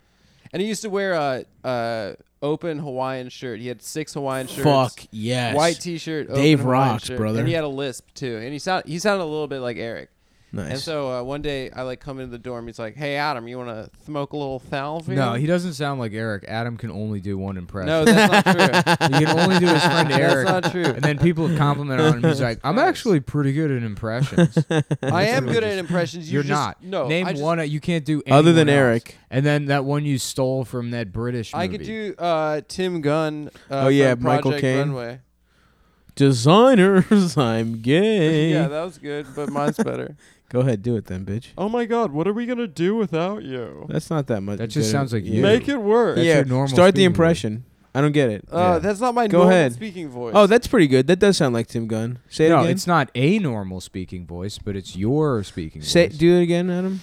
and he used to wear a, a open hawaiian shirt he had six hawaiian shirts
Fuck yes.
white t-shirt
Dave
open Hawaiian
rocks,
shirt.
brother.
and he had a lisp too and he sound he sounded a little bit like eric
Nice.
And so uh, one day I like come into the dorm. He's like, "Hey Adam, you want to smoke a little salvia?"
No, he doesn't sound like Eric. Adam can only do one impression.
No, that's not
*laughs*
true.
he can only do his friend Eric.
That's not true.
And then people compliment on him. He's like, I'm actually pretty good at impressions.
*laughs* I am good at impressions. You
You're
just-
not.
No,
Name
I just-
one. that You can't do
Other than
anyone else.
Eric.
And then that one you stole from that British.
I
movie.
could do uh, Tim Gunn. Uh,
Oh, yeah,
from
Michael
Project
Caine.
Runway. *laughs*
Designers, *laughs* I'm gay.
Yeah, that was good, but mine's better.
Go ahead, do it then, bitch.
*laughs* oh my God, what are we gonna do without you?
That's not that much.
That just
good.
sounds like you.
Make it work.
That's
yeah,
your normal
start the
speaking
impression. I don't get it.
Uh,
Yeah.
That's not my
Go
normal
ahead.
speaking voice.
Oh, that's pretty good. That does sound like Tim Gunn. Say it
no,
again.
it's not a normal speaking voice, but it's your speaking
Say,
voice.
do it again, Adam.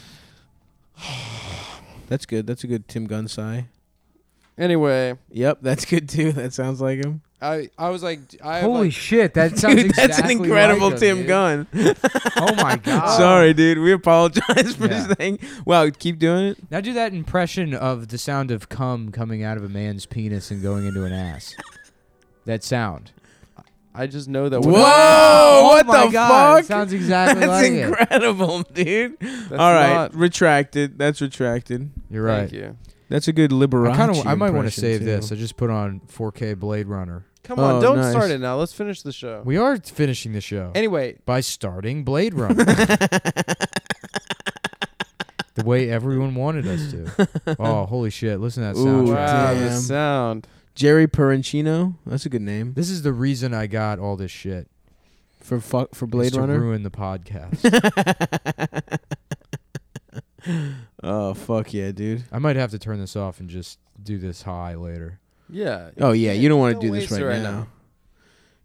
*sighs* That's good. That's a good Tim Gunn sigh.
anyway,
Yep, that's good too. *laughs* That sounds like him.
I I was like, I have,
Holy
like,
shit! That sounds
Dude, that's
exactly
an incredible
like him,
Tim
dude.
Gunn.
Oh my god!
Sorry, dude. We apologize for
Yeah.
this thing. Wow, keep doing it.
Now do that impression of the sound of cum coming out of a man's penis and going into an ass. That sound.
I just know that.
Whoa!
when I- *laughs*
Oh
what
my
the
God, it
fuck? *laughs*
sounds exactly
that's
like it.
incredible, dude.
That's
All right,
not-
retracted. That's retracted.
You're right.
Thank you.
That's a good Liberace.
I kind of. I might want to
impression,
save
too.
this. *laughs* I just put on 4K Blade Runner.
Come on,
Oh,
don't
nice.
start it now. Let's finish the
Oh.
show.
We are finishing the show
anyway,
by starting
*laughs*
Blade Runner. the way everyone wanted
*laughs*
us to. Oh, holy shit! Listen to that
Ooh,
soundtrack.
wow, the
Damn.
sound.
*laughs* Jerry Perencino. That's a good name
This is the reason I got all this shit.
for fuck for
is
Blade
to
Runner.
ruin
*laughs*
the podcast.
*laughs* oh fuck yeah, dude.
I might have to turn this off and just do this high later.
Yeah.
Oh yeah, you don't want to do
waste
this
it
right, now.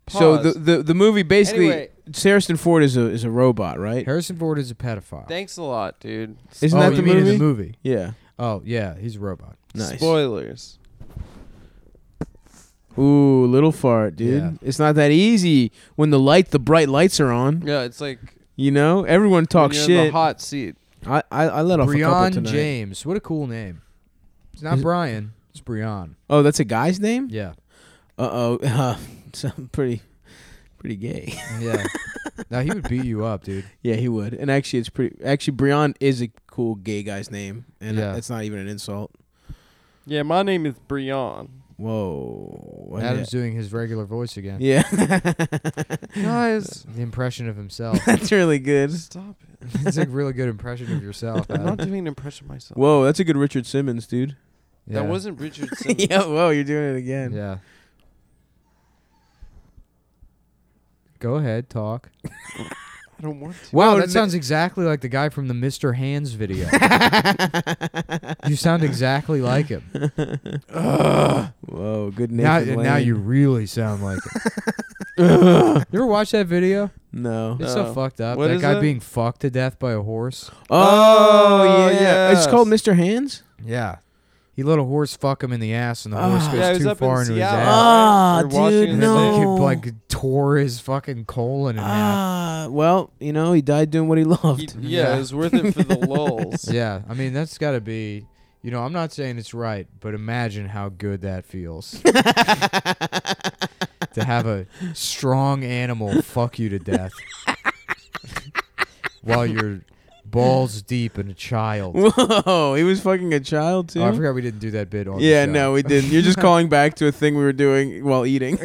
So
Pause.
the, the the movie basically
Anyway.
Harrison Ford is a is a robot, right?
Harrison Ford is a pedophile.
Thanks a lot, dude.
Isn't
oh,
that
you
the
mean
movie?
in the movie?
Yeah.
Oh yeah, he's a robot.
Nice.
Spoilers.
Ooh, little fart, dude.
Yeah.
It's not that easy when the light the bright lights are on.
Yeah, it's like
You know? Everyone
when
talks
you're
shit.
In the hot seat.
I, I I let off a couple
Breon
tonight.
James. What a cool name. It's not
Is-
Brian. It's Breon.
Oh, that's a guy's name?
Yeah.
Uh-oh. *laughs* Uh, so I'm pretty pretty gay.
Yeah.
*laughs*
now he would beat you up, dude.
Yeah, he would. And actually, it's pretty. Actually, Breon is a cool gay guy's name, and
Yeah.
it's not even an insult.
Yeah, my name is Brian.
Whoa. What *laughs*
Adam's
the-
doing his regular voice again.
yeah,
Guys,
The impression
*laughs*
of himself.
that's really good.
stop it.
it's a really good impression of yourself.
I'm *laughs* not
Adam.
doing an impression of myself.
Whoa, that's a good Richard Simmons,
*laughs*
dude.
Yeah.
That wasn't *laughs* Richard Simmons.
yeah. *laughs* Whoa, you're doing it again.
Yeah. Go ahead, talk.
I don't want to.
Wow,
Whoa,
that
n-
sounds exactly like the guy from the Mr. Hands
*laughs*
video.
*laughs*
you sound exactly like him.
Whoa, good name.
Now, now you really sound like
*laughs*
him. *laughs* you ever watch that video?
No.
It's so
No.
fucked up.
What
that
is
guy
it?
being fucked to death by a horse.
Oh, yeah. It's
yes.
called Mr. Hands.
Yeah. He let a horse fuck him in the ass, and the
Ah.
horse
yeah, it
goes
was
too
up in
far into his
Seattle,
ass.
Ah,
right? Or
dude,
Washington,
And then
no.
*laughs* like, it, like tore his fucking colon in half.
Ah, well, you know, he died doing what he *laughs*
He-
loved.
yeah,
Yeah.
it was worth it for
*laughs*
the
Ah.
lulls.
Yeah, I mean that's got to be. You know, I'm not saying it's right, but imagine how good that feels to have a strong animal fuck you to death *laughs* while you're balls deep in a child.
*laughs* Whoa, he was fucking a child too.
Oh, I forgot we didn't do that bit on. the
Yeah,
show.
no, we didn't. You're just calling back to a thing we were doing while
*laughs*
eating.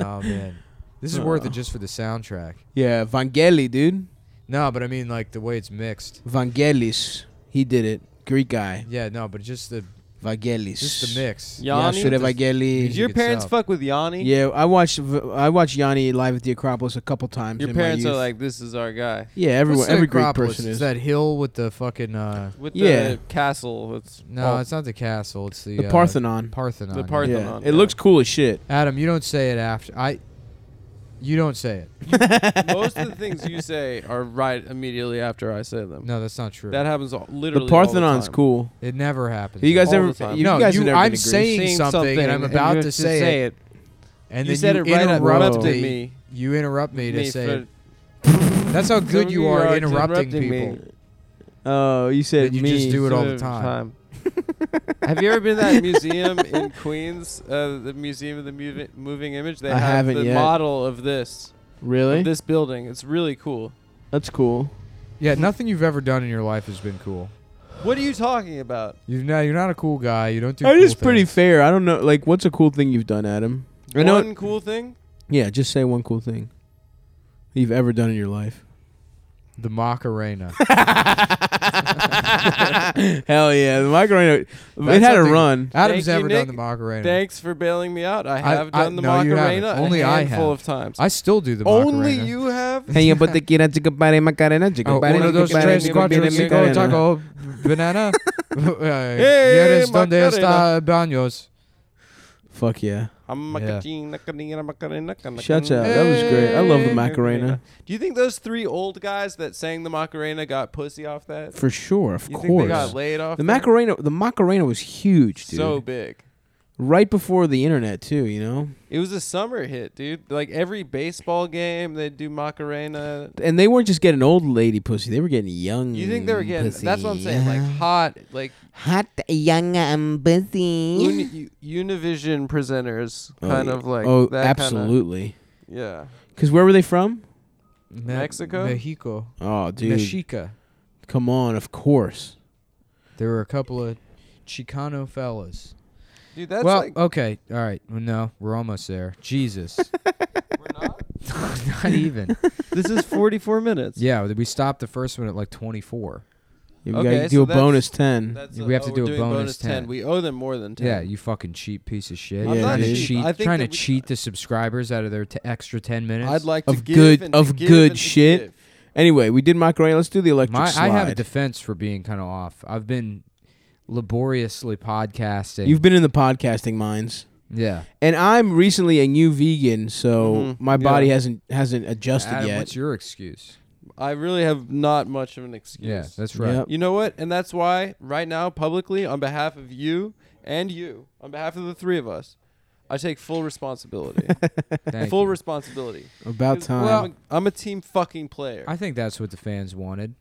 Oh man, this is
Uh.
worth it just for the soundtrack.
yeah, Vangeli, dude.
No, but I mean like the way it's mixed.
Vangelis. He did it. Greek guy.
Yeah, no, but just the
Vangelis.
just the mix.
Yeah.
Yeah,
Yanni?
should have
Just-
Did
Vangeli.
you-
your
music
parents
itself.
fuck with Yanni?
Yeah, I watched V- I watched Yanni live at the Acropolis a couple times.
Your
in my
parents are
youth.
like, this is our guy.
yeah, everyone,
What's the
every Greek
Acropolis?
person
It's
is.
that hill with the fucking. Uh,
With
Yeah.
the castle. It's
no,
all-
it's not the castle. It's the,
the
uh,
Parthenon.
Parthenon.
Oh. The
yeah.
Parthenon.
yeah,
yeah.
it looks cool as shit.
Adam, you don't say it after I. You don't say
*laughs*
it.
*laughs* most of the things you say are right immediately after I say them.
No, that's not true.
That happens all, literally.
The Parthenon's
all the time.
cool.
it never happens.
You guys
All
ever?
the time.
You
No,
guys
you-
have never
I'm
been to Greece.
saying- something and I'm about
you have
to say
it.
and
you
then
said
you
it right
interrupt
interrupted
me.
me.
You interrupt me to
Me
say.
for-
it. That's how good
So
you are at
are
interrupting,
interrupting me.
people.
Oh, you said
Then you
me.
just do it all the
Third
time. *laughs*
Have you ever been to that museum in Queens, uh, the Museum of the Movi- Moving Image? They
I
have
haven't
the
yet.
model of this,
Really?
of this building. It's really cool.
That's cool.
Yeah, nothing you've ever done in your life has been cool.
What are you talking about?
You know, you're not a cool guy. You don't do.
That
cool
is pretty
things.
fair. I don't know. Like, what's a cool thing you've done, Adam? I know.
One cool
*laughs*
thing? *laughs*
yeah, just say one cool thing you've ever done in your *laughs* life.
the Macarena.
Hell yeah, the Macarena. it
That's
had a
something-
run.
Thank
Adam's
you,
ever done
Nick.
the Macarena.
Thanks for bailing me out. I
I-
have
I-
done the
no, you haven't.
Macarena
Only
a
I
handful
have.
of times.
I still do the
Only
Macarena.
you
*laughs*
have.
Hey, but the kid had to go by the Macarena. to
Oh,
go by
uno,
the
dos,
Macarena,
tres,
to go by
cuatro,
the
cinco,
Macarena.
*laughs*
taco, banana. Eh,
Hey,
¿Quieres donde
Macarena.
está baños?
Fuck yeah.
I'm
Yeah.
Macarena, Macarena, Macarena, Macarena.
Shouts out. That was great. I love the Macarena.
Do you think those three old guys that sang the Macarena got pussy off that?
For sure, of
you think they
course.
got laid off?
The
that?
Macarena the Macarena was huge, dude.
so big.
right before the internet too, you know?
It was a summer hit, dude. Like every baseball game, they'd do Macarena.
And they weren't just getting old lady pussy, they were getting young.
You think they were getting?
Mm, pussy.
That's what I'm saying. Like hot, like
hot young um pussy.
uni- u- Univision presenters,
Oh,
kind
yeah.
of like.
oh,
that kinda-
absolutely.
yeah.
Cuz where were they from?
Me-
Mexico?
Mexico.
Oh, dude.
Mexica.
Come on, of course.
There were a couple of Chicano fellas.
Dude, that's
well,
like. *laughs*
okay, all right. Well, no, we're almost there. Jesus,
We're not.
*laughs* not even.
This is 44 minutes.
Yeah, we stopped the first one at like 24.
You
Okay,
gotta
so
do a
that's-
bonus 10.
That's uh, oh,
We have to
we're
do a
doing
bonus
10.
10.
We owe them more than 10.
Yeah, you fucking cheap piece of shit.
I'm Yeah, not
trying to
cheap.
cheat,
I think
trying
that
to
we-
cheat the subscribers out of their t- extra 10 minutes.
I'd like to
Of
give
good-
and to
of
give
good
and to
shit.
give.
Anyway, we did Macarena. Let's do the electric
My,
slide.
I have a defense for being kind of off. I've been laboriously podcasting.
You've been in the podcasting mines.
yeah.
And I'm recently a new vegan, so
Mhm,
my body
yeah.
hasn't hasn't adjusted
Adam,
yet.
what's your excuse?
I really have not much of an excuse.
Yeah, that's
*laughs*
right.
Yep.
You know what? And that's why, right now, publicly, on behalf of you and you, on behalf of the three of us, I take full responsibility.
Thank
full
you.
responsibility.
About
'Cause
time.
I'm, a, I'm a team fucking player.
I think that's what the
*laughs*
fans wanted.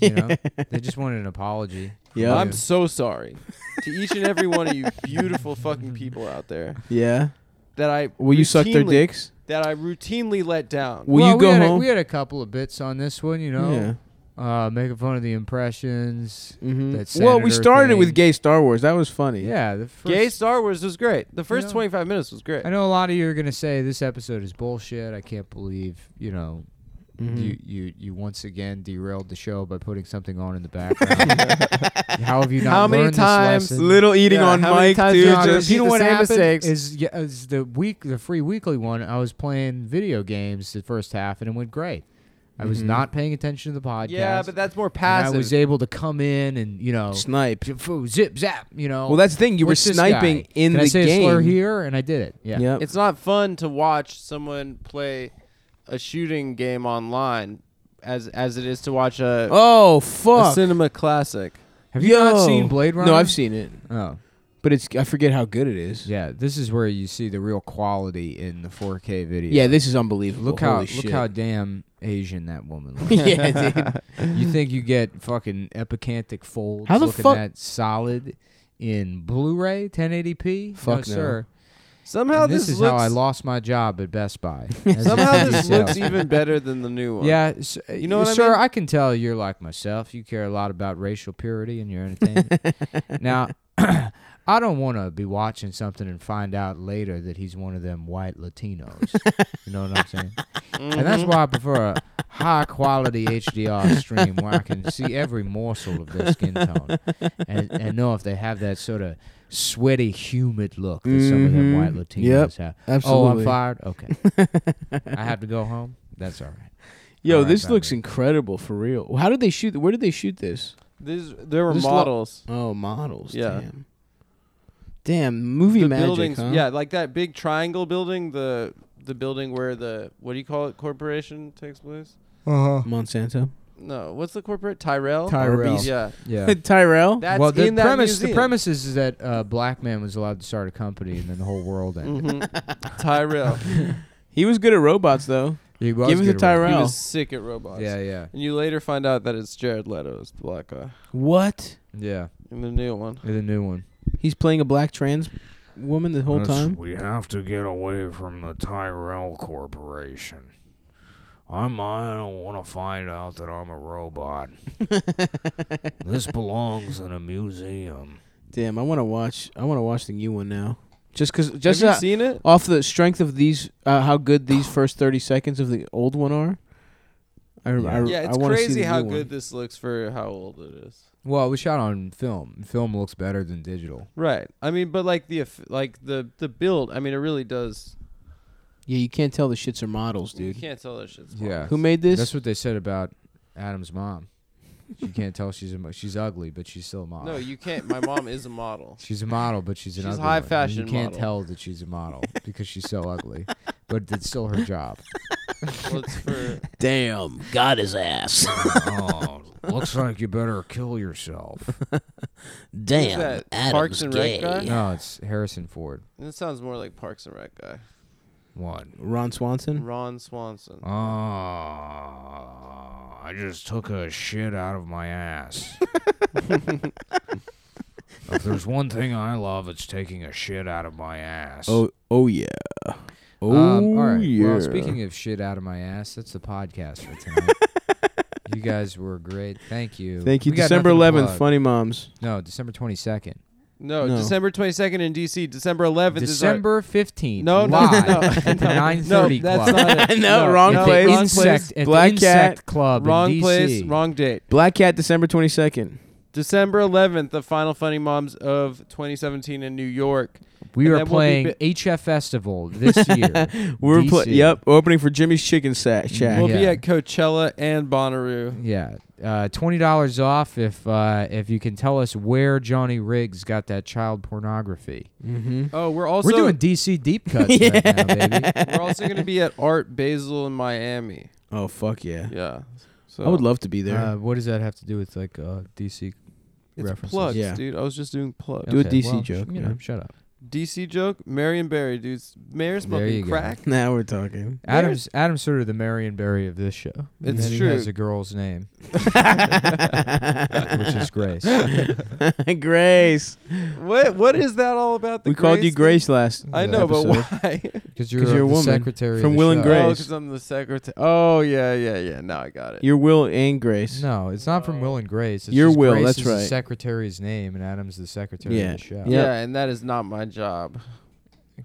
You know, they just wanted an apology.
Yeah.
I'm so sorry to each and every one of you *laughs* beautiful fucking people out there
yeah.
that I
Will you suck their
routinely-
dicks?
That I routinely let down.
Will
Well,
you
we
go
had a-
home?
we had a couple of bits on this one, you know, uh, making fun of the impressions.
Yeah. hmm
That
Well, we
senator
started with
thing.
gay Star Wars. That was funny.
Yeah, the first,
Gay Star Wars was great. The first
know-
25 minutes was great.
I know a lot of you are gonna say this episode is bullshit. I can't believe you know
Mm-hmm.
Mhm.
you you you once again derailed the show by putting something on in the background.
*laughs*
How have you not
How many
learned
times-
this lesson?
Little eating
Yeah,
on
how many
mic,
times
dude.
you
No,
just
repeat
you know
the
what
same
happened
mistakes.
is yeah, is the week the free weekly one. I was playing video games the first half and it went great. I was
Mm-hmm.
Mhm.
not paying attention to the podcast.
yeah, but that's more
and I
passive.
was able to come in and you know
Snipe.
zip, foo, zip zap. You know,
Well, that's the thing. You
What's
were
this
sniping
guy?
in
Can
the
I say
game.
A slur here, and I did it. Yeah.
Yep.
it's not fun to watch someone play a shooting game online as as it is to watch a,
oh
a
fuck.
cinema classic.
Have you not
Yo.
seen Blade Runner?
No, I've seen it,
Oh,
but it's I forget how good it is. Yeah,
yeah. This is where you see the real quality in the 4K video.
this is unbelievable.
Look how
Holy
look
shit. *laughs*
how *laughs* damn Asian that woman looks.
yeah, dude.
you think you get fucking epicanthic folds
How the
looking
fuck-
that solid in Blu-ray 1080p?
Fuck no.
no, sir.
Somehow
And
this,
this, is
looks,
how I lost my job at
*laughs*
Best Buy. *laughs* as a
Somehow
TV
this looks
salesman.
even better than the new one.
Yeah, s- uh,
You know what I
sir,
mean?
I can tell you're like myself. You care a lot about racial purity in your entertainment.
*laughs*
now, *coughs* I don't want to be watching something and find out later that he's one of them white Latinos. you know what
*laughs*
*laughs*
I'm saying? And that's
Mm-hmm.
why I prefer a high quality HDR stream where I can see every morsel of their
*laughs*
skin tone Oh, and, and know if they have that sort of sweaty, humid look that some of
Mm-hmm.
them
Mhm.
white Latinos
Yep,
have.
Absolutely.
Oh, I'm fired? Okay. I have to
*laughs*
go home? That's all right.
*laughs* Yo,
Alright,
this looks
Batman.
incredible for real. How did they shoot? Where did they shoot this?
These there were
This lo-
models.
Oh, models.
Yeah.
Damn. Damn, movie
the
magic.
buildings,
huh?
yeah, like that big triangle building, the the building where the what do you call it? Corporation takes place.
Uh-huh.
Monsanto.
No, what's the corporate Tyrell?
Tyrell.
Yeah,
Yeah.
*laughs* Tyrell.
that's
well, the
in that
premise the
museum.
premise is that uh, black man was allowed to start a company, and then the whole world ended.
Mhm.
*laughs*
Tyrell.
He was good at robots though.
He was
Give us a
good at
He
Tyrell.
was sick at robots.
robots. Yeah, yeah,
And you later find out that it's Jared Leto is the black guy
What?
yeah.
in the new one.
The new one.
He's playing a black trans woman the whole
That's-
time.
We have to get away from the Tyrell Corporation. I'm, I don't want to find out that I'm a robot. this belongs in a museum.
Damn, I want to watch. I want to watch the new one now. Just because,
Have
just
you
uh,
seen it?
off the strength of these, uh, how good these first thirty seconds of the old one are. I, rem- I,
Yeah, it's
I wanna see
crazy
the
how
new One.
good this looks for how old it is.
Well, we shot on film. Film looks better than digital.
Right. I mean, but like the eff- like the the build. I mean, it really does.
Yeah, you can't tell the shits are models,
You
dude.
can't tell that shit's.
Yeah.
Who made this?
That's what they said about Adam's mom. She can't tell she's a mo- she's ugly, but she's still a model.
No, you can't. My mom is a
*laughs*
model.
She's a model, but she's an
She's
ugly
high
one.
fashion
You can't
model.
tell that she's a model because she's so ugly, but it's still her job.
Well, it's for
Damn, got his ass.
Oh, looks like you better kill yourself.
Damn, that? Parks and Rec guy?
No, it's Harrison Ford.
It sounds more like Parks and Rec guy.
What?
Ron Swanson.
Ron Swanson.
Uh,
Oh, I just took a shit out of my
*laughs*
ass. if there's one thing I love, it's taking a shit out of my ass.
Oh, oh yeah. Oh
um, all right.
yeah.
Well, speaking of shit out of my ass, that's the podcast for
*laughs*
tonight. you guys were great. Thank you.
Thank you.
We got
December
nothing to
11th,
plug.
Funny Moms.
No, December twenty second.
No,
No.
December 22nd in DC. December 11th is our-
December fifteenth.
No, no, *laughs*
live
no,
at the
no,
nine thirty
no, that's
club.
not it.
No, wrong
at
place.
the
wrong
insect,
place.
At
Black
the insect club. in
Wrong
DC.
place, wrong date.
Black Cat, December 22nd.
December 11th, the final Funny Moms of 2017 in New York.
We
And
are
then we'll be
playing
bi-
HF
*laughs*
Festival this year.
We're pla-
DC.
yep, opening for Jimmy's Chicken Sack Shack. Oh,
We'll be
Yeah.
at Coachella and Bonnaroo.
Yeah, uh, twenty dollars off if uh, if you can tell us where Johnny Riggs got that child pornography.
Mm-hmm.
Oh, we're also
We're doing DC
*laughs*
deep cuts right now, baby.
we're also going to be at Art Basel
*laughs*
in Miami.
Oh fuck yeah.
Yeah. So
I would love to be there.
Uh, what does that have to do with like uh, DC?
it's
references.
plugs,
Yeah.
dude. I was just doing plugs.
Do a DC
well,
joke,
You know,
yeah.
shut up.
DC joke, Marion Barry, dude. Mayor's
There you
smoking
go.
crack.
*laughs* now we're
*laughs*
talking.
Adam's Adam's sort of the Marion Barry of this show.
It's
And
true.
He has a girl's name, which is Grace.
*laughs* Grace.
What what is that all about? The
we called you Grace last.
Uh,
I know,
episode.
but why? *laughs*
Because you're, uh,
you're a
the
woman
secretary of
from
the
Will and
show.
Grace.
Oh, because I'm the secretary. Oh yeah, yeah, yeah. Now I got it.
you're Will and Grace.
No, it's not from Will and Grace. It's
You're
just
Will,
Grace
that's
is the
right.
secretary's name, and Adam's the secretary
Yeah.
of the show.
Yeah.
Yeah, and that is not my job.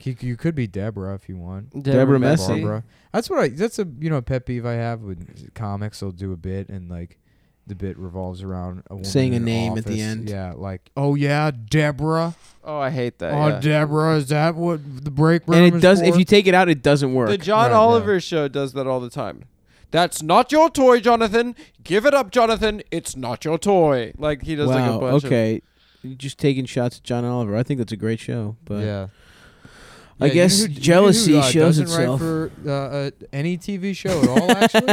You, you could be Deborah if you want.
Deborah Messi.
Barbara. That's what I. That's a you know pet peeve I have with comics. They'll do a bit and like the bit revolves around a woman
Saying
in
a
an
name at the
office.
end.
Yeah, like oh yeah, Deborah.
Oh, I hate that.
oh
yeah.
Deborah, is that what the break room?
And it
is
does. If
for?
you take it out, it doesn't work.
the John
Right,
Oliver show does that all the time. That's not your toy, Jonathan. Give it up, Jonathan. It's not your toy. Like he does
wow.
like a bunch of
okay. You're just taking shots at John Oliver. I think that's a great show. But
yeah.
I
Yeah, you
guess
know who- you know who,
jealousy
uh,
shows
doesn't
itself.
Write for uh, uh, any TV show at all, actually.
*laughs*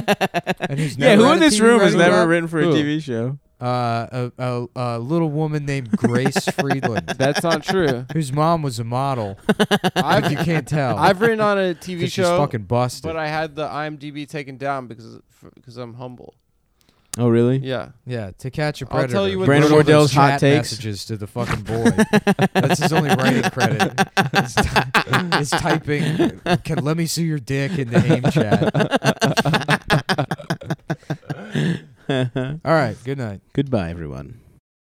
and who's
yeah.
never
Who
had
in
a
this
TV
room has
writing
never
job?
written for
Who?
a TV
*laughs*
show?
Uh, a, a, a little woman named
*laughs*
Grace Friedland,
That's not
*laughs*
true.
whose mom was a model. If you
I've
can't tell.
I've written on a
*laughs* 'cause
TV
she's
show,
fucking busted.
but I had the IMDb taken down because because I'm humble.
Oh really?
Yeah.
yeah, to catch a
I'll
predator.
tell you what-
Brandon
Wrote all those
Wardell's hot
chat
takes.
messages to the fucking *laughs* boy. That's his only writing credit. It's, ty- it's typing. Can let me see your dick in the aim chat. All right. Good night.
*laughs* Goodbye, everyone.